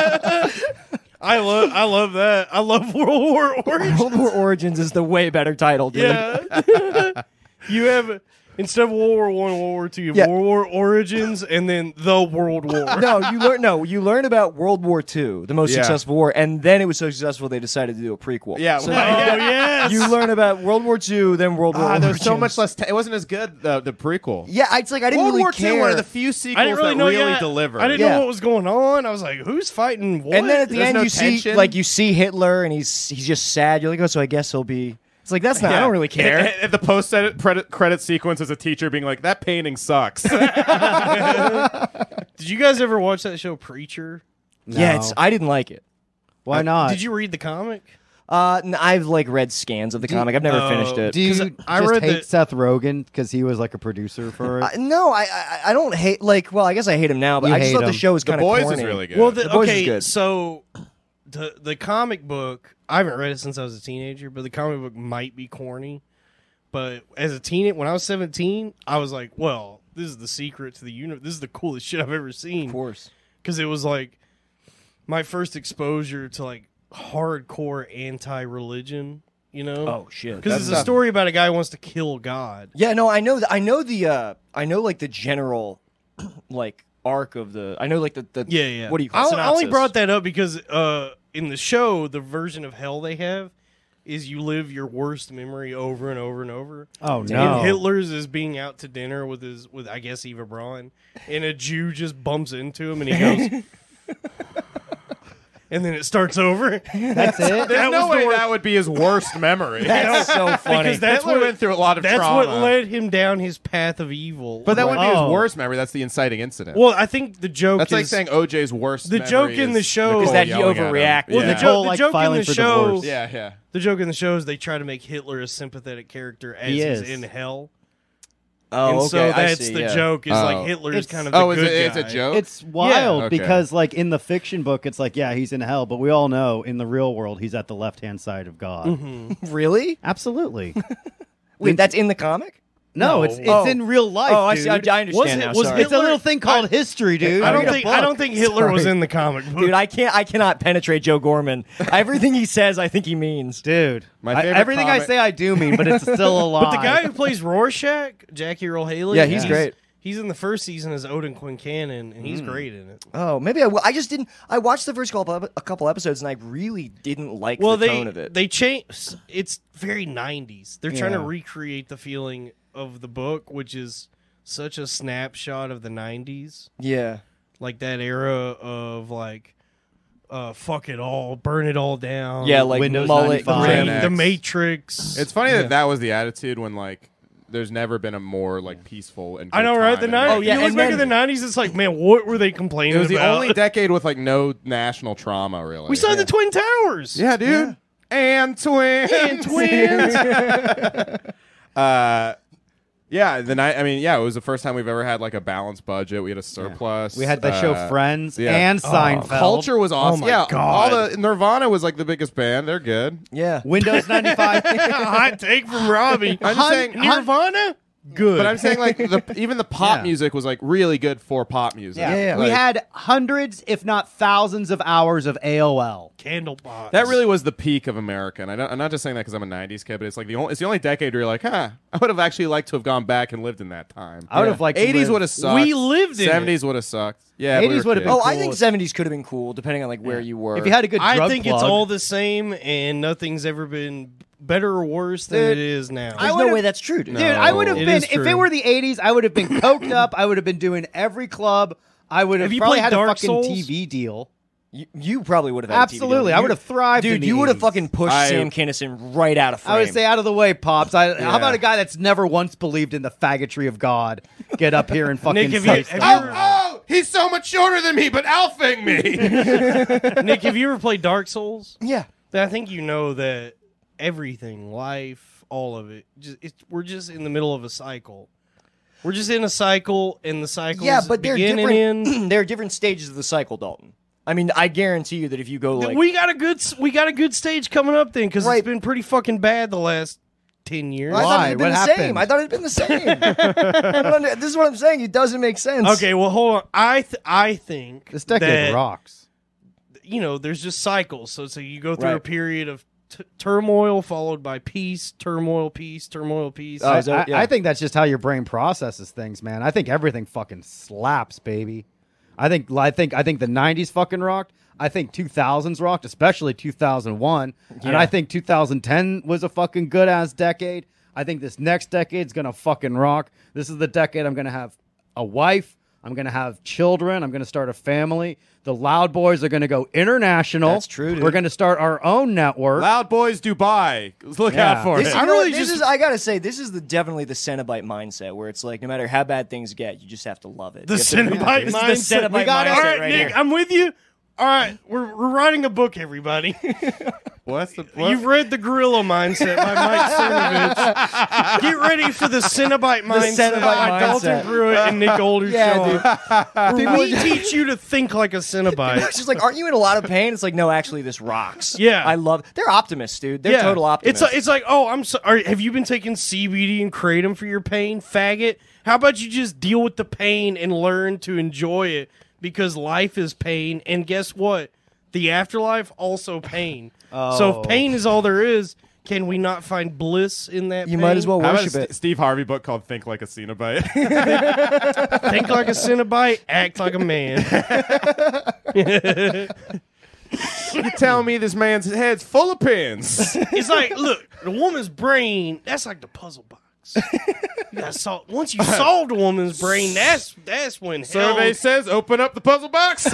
S2: I love. I love that. I love World War Origins.
S3: World War Origins is the way better title, dude.
S2: Yeah. you have instead of World War One, World War Two, you have
S3: Yeah.
S2: World War Origins, and then the World War.
S3: No, you learn. No, you learn about World War II, the most
S4: Yeah.
S3: successful war, and then it was so successful they decided to do a prequel.
S4: Yeah,
S3: so
S2: Oh yes.
S3: you learn about World War II, then World War.
S4: Ah, there's so
S3: Origins.
S4: much less. it wasn't as good the, the prequel.
S3: Yeah, it's like I didn't
S4: World
S3: really
S4: War
S3: care.
S4: II, one of the few sequels
S2: I didn't really
S4: that
S2: know.
S4: really
S2: yeah,
S4: delivered.
S2: I didn't
S3: Yeah.
S2: know what was going on. I was like, "Who's fighting what?"
S3: And then at the
S4: There's
S3: end,
S4: no
S3: you see
S4: tension?
S3: like you see Hitler, and he's he's just sad. You're like, oh, so I guess he'll be. It's like that's not. I don't really care.
S4: And- and the post credit credit sequence is a teacher being like, "That painting sucks."
S2: Did you guys ever watch that show Preacher?
S3: Yeah, it's,
S1: No.
S3: I didn't like it.
S1: Why not?
S2: Did you read the comic?
S3: Uh, n- I've like read scans of the comic. I've never
S2: Oh,
S3: finished it.
S1: Do you
S2: 'Cause
S1: just
S2: I read
S1: hate
S2: that-
S1: Seth Rogen because he was like a producer for it?
S3: I- Uh, no, I, I I don't hate like. Well, I guess I hate him now, but
S1: You
S3: I just
S1: hate
S3: thought the
S1: him.
S3: show was
S4: the
S3: kind of
S4: boys
S3: corny.
S4: is really good.
S2: Well, the,
S3: The Boys is
S2: okay,
S3: good.
S2: so the the comic book I haven't read it since I was a teenager, but the comic book might be corny. But as a teen, when I was seventeen, I was like, "Well, this is the secret to the universe. This is the coolest shit I've ever seen."
S3: Of course.
S2: because it was like my first exposure to like hardcore anti-religion. You know?
S3: Oh shit.
S2: because it's a
S4: stuff-
S2: story about a guy who wants to kill God.
S3: Yeah, no, I know. The, I know the. Uh, I know like the general, like arc of the. I know like the. the
S2: Yeah, yeah.
S3: What do you?
S2: I,
S3: Call it?
S2: I only
S3: Synopsis.
S2: brought that up because uh, in the show, the version of hell they have is you live your worst memory over and over and over.
S1: oh
S2: And
S1: no!
S2: Hitler's is being out to dinner with his with I guess Eva Braun, and a Jew just bumps into him, and he goes. And then it starts over.
S1: That's it.
S4: There's
S2: that
S4: no
S2: was the
S4: way
S2: worst-
S4: that would be his worst memory.
S3: That's so funny.
S2: Because that's
S4: Hitler
S2: what
S4: went through a lot of
S2: That's
S4: trauma.
S2: what led him down his path of evil.
S4: but that wouldn't be
S1: Oh.
S4: his worst memory. That's the inciting incident.
S2: well, I think the joke
S4: that's
S2: is
S4: like saying OJ's worst.
S2: The
S4: memory
S2: joke in
S4: is
S2: the show-
S4: Nicole
S2: Is
S3: that he
S4: yelling at him.
S3: overreacted.
S4: Yeah.
S2: Well, the
S1: Yeah.
S2: joke,
S1: Nicole, like,
S2: the joke in
S1: filing
S2: the
S1: for
S2: show,
S1: divorce.
S4: Yeah, yeah.
S2: the joke in the show is they try to make Hitler a sympathetic character as
S1: He
S2: he's
S1: is.
S2: in hell,
S3: oh,
S2: and
S3: okay,
S2: so
S3: I
S2: that's
S3: see,
S2: the
S3: yeah.
S2: joke is
S4: Oh.
S2: like Hitler is
S1: It's-
S2: kind of the
S4: Oh, is
S2: good
S4: it? It's a
S2: guy.
S4: joke.
S1: It's wild
S4: okay.
S1: because, like, in the fiction book, it's like, yeah, he's in hell, but we all know in the real world, he's at the left hand side of God.
S3: Really?
S1: Absolutely.
S3: Wait, that's in the comic.
S1: No, it's it's
S3: Oh.
S1: in real life.
S3: oh, I see. I, I
S1: dude.
S3: understand
S2: Was it-
S3: now.
S2: was
S3: sorry.
S1: It's a little thing called history, dude.
S2: I don't
S1: Read a
S2: think I
S1: book.
S2: don't think Hitler was
S1: Sorry.
S2: in the comic book.
S3: Dude, I can't. I cannot penetrate Joe Gorman. Everything he says, I think he means.
S1: dude.
S4: My
S1: I-
S4: favorite
S1: everything I
S4: comic-
S1: say, I do mean, but it's still a lie.
S2: but the guy who plays Rorschach, Jackie Earl Haley,
S3: Yeah, he's great.
S2: He's in the first season as Odin Quincannon, and he's great in it.
S3: Oh, maybe I will. I just didn't. I watched the first couple ep- a couple episodes, and I really didn't like
S2: Well,
S3: the
S2: they
S3: tone of it.
S2: they change. It's very '90s. They're trying to
S1: Yeah.
S2: recreate the feeling of the book, which is such a snapshot of the '90s.
S3: yeah.
S2: like that era of like uh fuck it all burn it all down
S3: Yeah, like
S1: Oh, Windows
S3: mullet,
S1: 95.
S2: Ring,
S3: grin.
S4: Gen
S2: the
S4: X.
S2: matrix
S4: It's funny that that was the attitude when like there's never been a more like peaceful and
S2: i know
S4: good
S2: right
S4: time
S2: the
S4: in
S2: 90s
S3: Oh, yeah,
S2: you look
S3: and
S2: back at
S3: then-
S2: the 90s it's like man what were they complaining
S4: It was the
S2: about?
S4: only decade with like no national trauma, really.
S2: we saw the twin towers
S4: yeah, dude, and twins,
S2: and twins
S4: Uh, Yeah, then I, I mean, yeah, it was the first time we've ever had like a balanced budget. We had a surplus.
S1: We had the show
S4: uh,
S1: Friends
S4: yeah.
S1: and Seinfeld.
S4: Culture
S1: oh
S4: was awesome.
S2: my
S4: yeah,
S2: God.
S4: all the Nirvana was like the biggest band. They're good.
S3: Yeah.
S1: Windows 95.
S2: Hot take from Robbie.
S4: I'm
S2: Hun-
S4: saying-
S2: Nirvana. Good.
S4: But I'm saying like the, even the pop
S1: Yeah.
S4: music was like really good for pop music.
S1: Yeah.
S3: yeah.
S1: We
S4: Like,
S1: had hundreds, if not thousands, of hours of AOL.
S2: candle box.
S4: that really was the peak of America. And I don't, I'm not just saying that because I'm a '90s kid, but it's like the only it's the only decade where you're like, huh, I would have actually liked to have gone back and lived in that time.
S1: I would have liked to
S4: '80s
S1: live-
S4: would have sucked.
S2: We lived in it.
S4: '70s would have sucked. Yeah, we
S1: 80s
S4: were
S1: would have
S4: kids.
S1: been
S3: Oh, I
S1: cool
S3: think
S1: if-
S3: seventies could have been cool depending on like where you were.
S1: If you had a good drug
S2: I think it's
S1: plug-
S2: all the same, and nothing's ever been better or worse than
S1: Dude,
S2: it is now.
S1: I
S3: there's
S1: would've-
S3: no way that's true. Dude.
S1: Dude, I would have
S2: It
S1: been
S2: is
S1: if it
S2: true.
S1: were the '80s. I would have been coked up. I would have been doing every club. I would have,
S2: Have you
S1: probably
S2: played
S1: had a
S2: Dark
S1: fucking
S2: Souls?
S1: TV deal.
S3: You, you probably would have. Had a TV deal.
S1: Absolutely, I
S3: You-
S1: would have thrived. in
S3: Dude,
S1: the
S3: you would have
S1: 80s.
S3: fucking pushed
S4: I-
S3: Sam Kinison right out of frame.
S1: I would say out of the way, pops. I, How
S4: Yeah.
S1: about a guy that's never once believed in the faggotry of God? Get up here and fucking
S2: Nick, have
S1: say
S2: you-
S1: stuff.
S2: have you-
S4: Oh, he's so much shorter than me, but alphing me.
S2: Nick, have you ever played Dark Souls?
S3: yeah.
S2: I think you know that everything, life, all of it, just it's, we're just in the middle of a cycle. We're just in a cycle, and the cycle
S3: Yeah, but there are
S2: begin
S3: different.
S2: and end.
S3: there are different stages of the cycle, Dalton. I mean, I guarantee you that if you go like,
S2: we got a good s- we got a good stage coming up then because
S3: Right.
S2: it's been pretty fucking bad the last ten years.
S3: I thought it had
S1: Why?
S3: been
S1: What
S3: the same.
S1: happened?
S3: I thought it had been the same. I don't under- this is what I'm saying. It doesn't make sense.
S2: Okay, well hold on. I th- I think
S1: This decade
S2: that,
S1: rocks.
S2: you know, there's just cycles. So, so you go through a
S3: Right.
S2: period of t- turmoil followed by peace, turmoil, peace, turmoil, peace.
S3: Oh,
S1: I,
S3: is that-
S1: I-
S3: yeah.
S1: I think that's just how your brain processes things, man. I think everything fucking slaps, baby. I think I think I think the '90s fucking rocked. I think 2000s rocked, especially 2001, and
S3: Yeah.
S1: I think 2010 was a fucking good ass decade. I think this next decade's gonna fucking rock. This is the decade I'm gonna have a wife. I'm gonna have children. I'm gonna start a family. The Loud Boys are gonna go international.
S3: That's true, dude.
S1: We're gonna start our own network.
S4: Loud Boys Dubai. Look
S1: Yeah.
S4: out for
S3: This,
S4: it.
S3: you
S2: I
S3: know what?
S2: really
S3: This
S2: just-
S3: is I gotta say this is the definitely the Cenobite mindset where it's like no matter how bad things get you just have to love it.
S2: the
S3: You have to-
S2: Cenobite
S3: This is
S2: mindset.
S3: the Cenobite
S2: We got it.
S3: mindset
S2: All right,
S3: right
S2: Nick,
S3: here.
S2: I'm with you. All right, we're, we're writing a book, everybody.
S4: What's the what?
S2: You've read The Gorilla Mindset by Mike Sinovich. Get ready for the Cenobite Mindset
S3: Cenobite
S2: by Dalton
S3: mindset.
S2: Pruitt and Nick Oldershaw. where we
S3: People-
S2: teach you to think like a Cenobite.
S3: She's like, aren't you in a lot of pain? It's like, no, actually, this rocks.
S2: Yeah.
S3: I love. They're optimists, dude. They're total optimists.
S2: It's like, it's like, oh, I'm sorry. Have you been taking CBD and kratom for your pain, faggot? How about you just deal with the pain and learn to enjoy it because life is pain. And guess what? The afterlife also pain. So
S1: Oh.
S2: if pain is all there is, can we not find bliss in that?
S3: you might as well
S4: How about a
S3: worship
S4: St-
S3: it.
S4: Steve Harvey book called Think Like a Cenobite?
S2: well think like a Cenobite, act like a man.
S4: you tell me this man's head's full of pins.
S2: It's like, look, the woman's brain. That's like the puzzle box. You gotta sol- once you solve the woman's brain, that's that's when
S4: Survey
S2: hell
S4: says open up the puzzle box.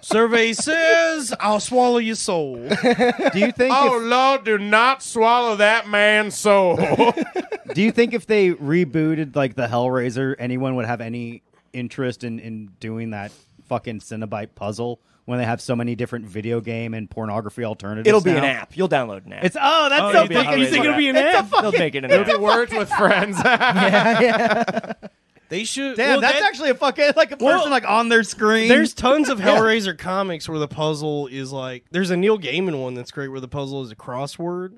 S2: Survey says, I'll swallow your soul.
S1: Do you think? if-
S4: oh Lord, do not swallow that man's soul.
S1: Do you think if they rebooted like the Hellraiser, anyone would have any interest in in doing that fucking Cinnabite puzzle when they have so many different video game and pornography alternatives?
S3: It'll be an
S1: now?
S3: app. You'll download an app.
S1: It's oh, that's
S2: Oh,
S1: so
S2: you
S1: fucking.
S2: think- you think it'll be an
S1: it's a
S2: app?
S1: fucking-
S3: They'll make it an
S4: It'll
S3: app.
S4: be words with friends.
S2: They should.
S1: Damn,
S2: well,
S1: that's
S2: that-
S1: actually a fucking like a person
S2: Well,
S1: like on their screen.
S2: There's tons of Hellraiser comics where the puzzle is like. There's a Neil Gaiman one that's great where the puzzle is a crossword.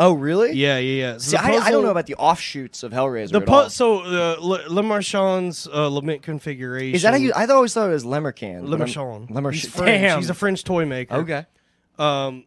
S3: oh, really?
S2: Yeah, yeah, yeah. So
S3: See,
S2: the
S3: I, I
S2: puzzle-
S3: don't know about the offshoots of Hellraiser.
S2: the
S3: at all.
S2: pu- So uh, Le, Le Marchand's uh, lament configuration.
S3: Is that how you? I always thought it was Lemercan.
S2: Le
S3: but I'm-
S2: Marchand. He's
S3: Lemercan.
S2: French.
S3: Damn.
S2: He's a French toy maker.
S3: okay.
S2: Um,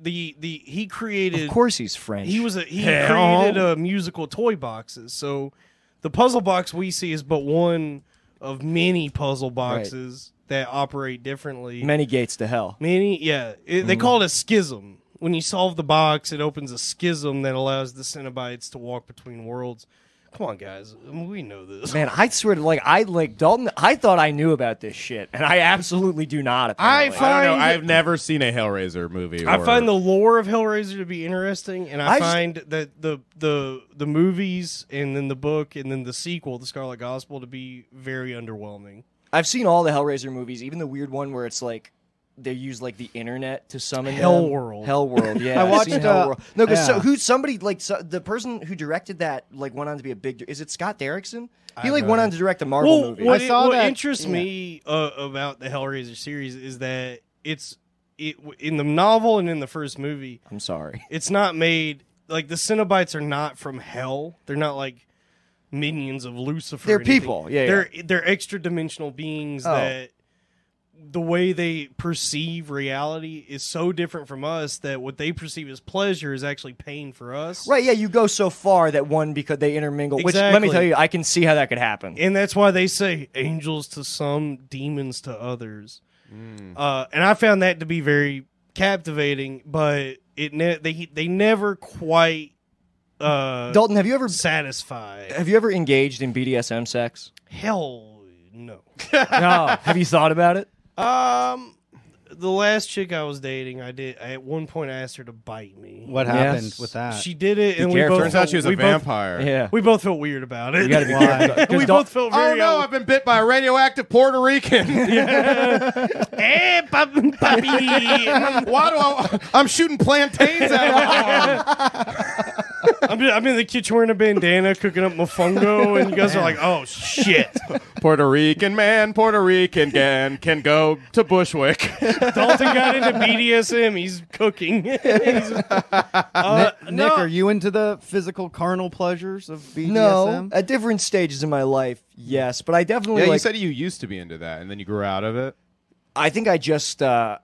S2: the the he created.
S3: Of course, he's French.
S2: He was a he
S4: Hell.
S2: created uh, musical toy boxes. So the puzzle box we see is but one of many puzzle boxes that operate differently.
S3: many gates to hell.
S2: Many, yeah, it,
S3: Mm-hmm.
S2: they call it a schism. When you solve the box, it opens a schism that allows the Cenobites to walk between worlds. Come on, guys, I mean, we know this.
S3: Man, I swear to like I like Dalton. I thought I knew about this shit, and I absolutely do not. Apparently.
S2: fi-
S4: I don't
S2: Find-
S4: know. I've never seen a Hellraiser movie.
S2: I
S4: or-
S2: find the lore of Hellraiser to be interesting, and I,
S3: I just-
S2: find that the the the movies and then the book and then the sequel, The Scarlet Gospel, to be very underwhelming.
S3: I've seen all the Hellraiser movies, even the weird one where it's like they use like the internet to summon
S2: Hell
S3: them.
S2: World.
S3: Hell World. Yeah,
S1: I
S3: I've
S1: watched,
S3: seen Hell
S1: uh,
S3: World. No, because so
S1: yeah.
S3: who somebody like so, the person who directed that like went on to be a big. Is it Scott Derrickson? He like went on to direct a Marvel
S2: Well,
S3: movie.
S2: what,
S1: I saw
S2: it- what
S1: that-
S2: interests
S3: yeah.
S2: me uh, about the Hellraiser series is that it's it in the novel and in the first movie,
S3: I'm sorry.
S2: it's not made like the Cenobites are not from hell. They're not like minions of Lucifer.
S3: They're
S2: or anything.
S3: people, yeah,
S2: they're they're extra dimensional beings
S3: Oh.
S2: that the way they perceive reality is so different from us that what they perceive as pleasure is actually pain for us.
S3: Right? Yeah, you go so far that one because they intermingle. Which let me
S2: Exactly.
S3: tell you, I can see how that could happen.
S2: and that's why they say angels to some, demons to others.
S3: Mm.
S2: Uh, and I found that to be very captivating, but it ne- they they never quite uh,
S3: Dalton, have you ever
S2: satisfy.
S3: have you ever engaged in BDSM sex?
S2: Hell no.
S3: No. have you thought about it?
S2: um, the last chick I was dating, I did at one point I asked her to bite me.
S1: What happened
S3: Yes.
S1: with that?
S2: She did it, and we
S3: careful.
S2: both
S4: Turns out
S2: felt-
S4: she was
S2: we
S4: a
S2: both-
S4: vampire.
S3: Yeah.
S2: we both felt weird about it.
S3: You gotta be
S1: Why?
S3: careful. 'cause
S2: we
S3: Dal-
S2: both felt
S4: Oh
S2: very.
S4: no, I've been bit by a radioactive Puerto Rican.
S2: Eh, puppy, puppy.
S4: Why do I? I'm shooting plantains out of
S2: I'm, in- I'm in the kitchen wearing a bandana, cooking up mofongo, and you guys are like, "Oh shit!"
S4: Puerto Rican man, Puerto Rican can can go to Bushwick.
S2: Dalton got into BDSM. He's cooking. He's- uh,
S1: Nick,
S2: no,
S1: are you into the physical carnal pleasures of BDSM?
S3: No, at different stages in my life, yes, but I definitely
S4: yeah,
S3: like.
S4: you said you used to be into that, and then you grew out of it.
S3: I think I just uh,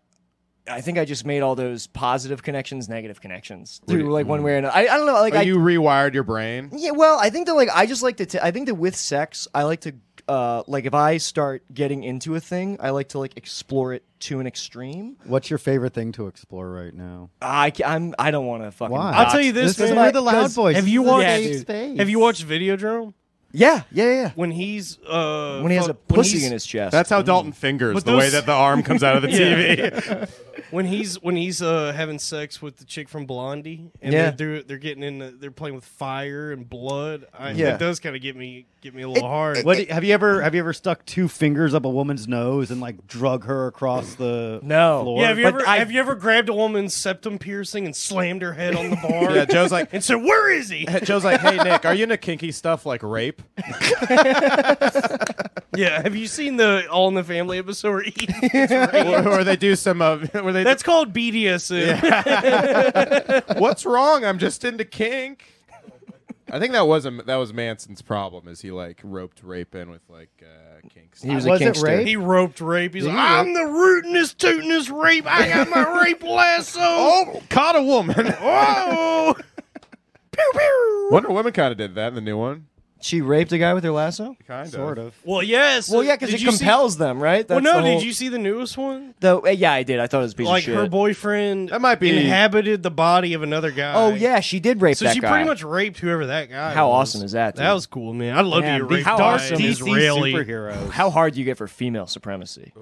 S3: I think I just made all those positive connections, negative connections through like one way or another. I, I don't know, like
S4: Like
S3: I
S4: you rewired your brain.
S3: yeah, well, I think that like I just like to. T- I think that with sex, I like to uh, like if I start getting into a thing, I like to like explore it to an extreme.
S1: What's your favorite thing to explore right now?
S3: I ca- I'm I don't want to fucking.
S1: Why?
S2: I'll tell you this,
S1: is-
S2: man.
S1: we're the loud
S3: Because-
S1: voice.
S2: have you
S1: This is a
S2: watched-
S1: safe
S3: Yeah, dude.
S1: space.
S2: have you watched Videodrome?
S3: Yeah, yeah, yeah.
S2: When he's uh,
S3: When he has a
S2: fuck-
S3: pussy
S2: he's-
S3: in his chest.
S4: That's how Dalton fingers
S2: But
S4: the
S2: those-
S4: way that the arm comes out of the TV.
S2: when he's when he's uh, having sex with the chick from Blondie, and
S3: Yeah.
S2: they're they're, they're getting in, the, they're playing with fire and blood. I,
S3: Yeah.
S2: that does kind of get me get me a little hard.
S1: What do- have you ever have you ever stuck two fingers up a woman's nose and like drug her across the
S3: No.
S1: floor?
S2: yeah, have you
S3: but
S2: ever
S3: I-
S2: have you ever grabbed a woman's septum piercing and slammed her head on the bar?
S4: yeah, Joe's like
S2: and said, "Where is he?"
S4: Joe's like, hey Nick, are you into kinky stuff like rape?
S2: yeah, have you seen the All in the Family episode? Where he,
S4: or, or they do some of? where they
S2: that's called BDSM.
S4: what's wrong? I'm just into kink. I think that was a, that was Manson's problem. Is he like roped rape in with like uh, kink stuff?
S3: he was,
S1: Was
S3: a
S1: it
S3: kingster.
S1: rape?
S2: He roped rape. He's like,
S4: he
S2: I'm the rootinest, tootinest rape. I got my rape lasso. Oh,
S4: Caught a woman.
S2: whoa. pew, pew.
S4: Wonder Woman kind of did that in the new one.
S3: She raped a guy with her lasso.
S4: Kind of.
S1: Sort of.
S2: Well, yes.
S3: Well, yeah, because it compels them, right?
S2: well,
S3: That's
S2: no,
S3: the whole-
S2: did you see the newest one?
S3: The, uh, yeah, I did. I thought it was a piece
S2: Like
S3: of shit.
S2: her boyfriend
S4: That might be-
S2: inhabited the body of another guy.
S3: oh yeah, she did rape
S2: So
S3: that
S2: she
S3: guy.
S2: pretty much raped whoever that guy
S3: How
S2: was.
S3: awesome is that,
S2: That
S3: dude?
S2: was cool, man. I'd love
S1: Man,
S2: to
S1: the-
S2: be raped
S3: how
S2: by
S3: awesome
S2: an
S1: DC
S3: is
S2: Israeli.
S1: superheroes.
S3: How hard do you get for female supremacy?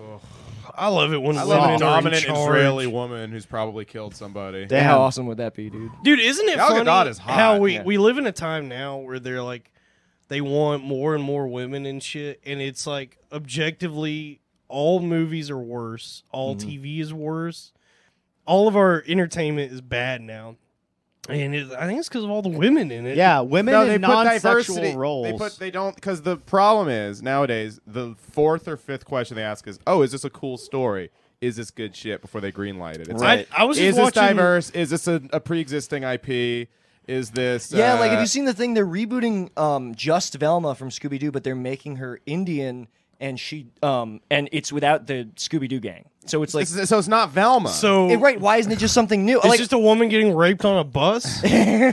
S2: I love it when
S4: I
S2: women
S4: love
S2: are
S4: a
S2: in
S4: dominant
S2: charge.
S4: Israeli woman who's probably killed somebody.
S1: Damn.
S3: How awesome would that be, dude?
S2: Dude, isn't it
S4: Gal
S2: funny
S4: Gadot is hot,
S2: how we,
S3: yeah.
S2: we live in a time now where they're like they want more and more women and shit, and it's like objectively all movies are worse, all
S3: Mm-hmm.
S2: TV is worse, all of our entertainment is bad now, and it, I think it's because of all the women in it.
S1: Yeah, women
S4: No, they
S1: in
S4: put
S1: non-sexual
S4: diversity.
S1: roles.
S4: They put they don't because the problem is nowadays the fourth or fifth question they ask is, "Oh, is this a cool story? Is this good shit?" Before they greenlight it, it's
S3: Right.
S4: like,
S2: I, I was just
S4: is this
S2: watching.
S4: diverse? Is this a, a pre-existing IP? Is this
S3: Yeah, like have
S4: uh,
S3: you seen the thing? They're rebooting um, just Velma from Scooby Doo, but they're making her Indian, and she um, and it's without the Scooby Doo gang. So it's like,
S4: This is- so it's not Velma.
S2: So
S3: Eh, right? Why isn't it just something new?
S2: it's
S3: like,
S2: just a woman getting raped on a bus.
S3: Jesus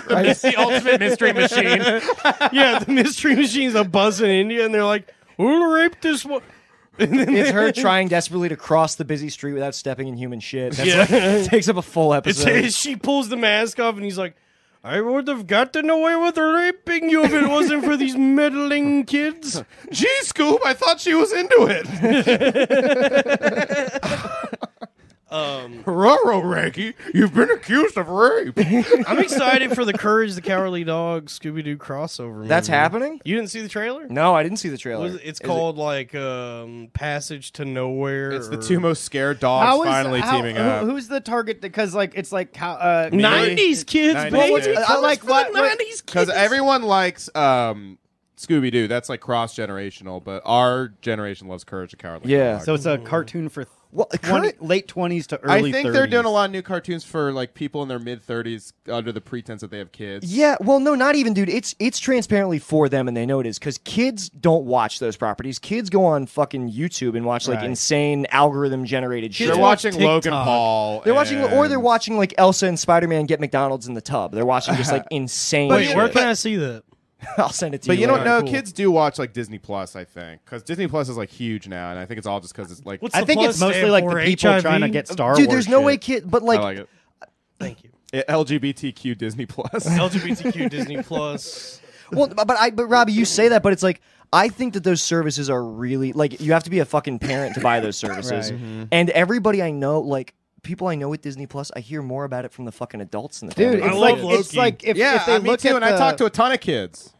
S3: Christ.
S4: the ultimate mystery machine.
S2: yeah, the mystery machine's a bus in India, and they're like, "Who raped this one?" And then
S3: It's her trying desperately to cross the busy street without stepping in human shit. That's
S2: Yeah.
S3: like- it takes up a full
S2: It's,
S3: episode.
S2: she pulls the mask off and he's like, I would have gotten away with raping you if it wasn't for these meddling kids.
S4: Gee, Scoop, I thought she was into it.
S2: Um,
S4: Roro Reggie, you've been accused of rape.
S2: I'm excited for the Courage the Cowardly Dog Scooby Doo crossover.
S3: That's
S2: movie.
S3: happening?
S2: You didn't see the trailer?
S3: No, I didn't see the trailer.
S2: Was it- it's
S3: Is it-
S2: called like um, Passage to Nowhere.
S4: it's the
S2: or-
S4: two most scared dogs finally
S1: how-
S4: teaming
S1: who-
S4: up.
S1: Who's the target? Because like it's like cow- uh,
S2: 90s kids,
S4: 90s
S2: baby.
S4: kids.
S1: I like
S2: It's for the
S1: what- what-
S2: 90s
S4: Because
S2: kids.
S4: everyone likes um, Scooby Doo. That's like cross generational, but our generation loves Courage the Cowardly
S3: Yeah.
S4: Dog.
S1: So it's a
S2: Mm.
S1: cartoon for
S3: Well,
S1: 20
S3: current-
S1: late twenties to
S4: I
S1: early.
S4: think they're
S1: 30s.
S4: doing a lot of new cartoons for like people in their mid thirties under the pretense that they have kids.
S3: Yeah, well, no, not even, dude. It's it's transparently for them, and they know it is because kids don't watch those properties. Kids go on fucking YouTube and watch like
S1: Right.
S3: insane algorithm generated shit.
S4: They're
S2: Kids watch
S4: watching Logan
S2: TikTok.
S4: Paul.
S3: They're watching, or they're
S4: and-
S3: watching like Elsa and Spider Man get McDonald's in the tub. They're watching just like insane.
S2: Wait,
S3: shit.
S2: where can I see that?
S3: I'll send it to
S4: But you
S3: you.
S4: don't
S3: later.
S4: know.
S2: cool.
S4: Kids do watch like Disney Plus, I think, because Disney Plus is like huge now, and I think it's all just because it's like.
S2: What's
S1: I
S2: the
S1: think
S2: plus
S1: it's mostly
S2: stand
S1: like
S2: for?
S1: the people
S2: HIV?
S1: trying to get Star
S3: dude.
S1: Wars.
S3: There's no
S1: shit.
S3: way, kid. But
S4: I
S3: like,
S4: like it.
S2: Thank you.
S4: It- LGBTQ Disney Plus.
S2: LGBTQ Disney Plus.
S3: well, but I, but Robbie, you say that, but it's like I think that those services are really like you have to be a fucking parent to buy those services,
S1: Right.
S2: Mm-hmm.
S3: and everybody I know, like people I know with Disney Plus, I hear more about it from the fucking adults in the
S1: dude.
S3: family.
S1: It's
S2: I
S1: like
S2: love
S1: it's
S2: Loki.
S1: like if,
S4: yeah,
S1: if they
S4: uh, me
S1: look
S4: too.
S1: at
S4: and
S1: the-
S4: I talk to a ton of kids.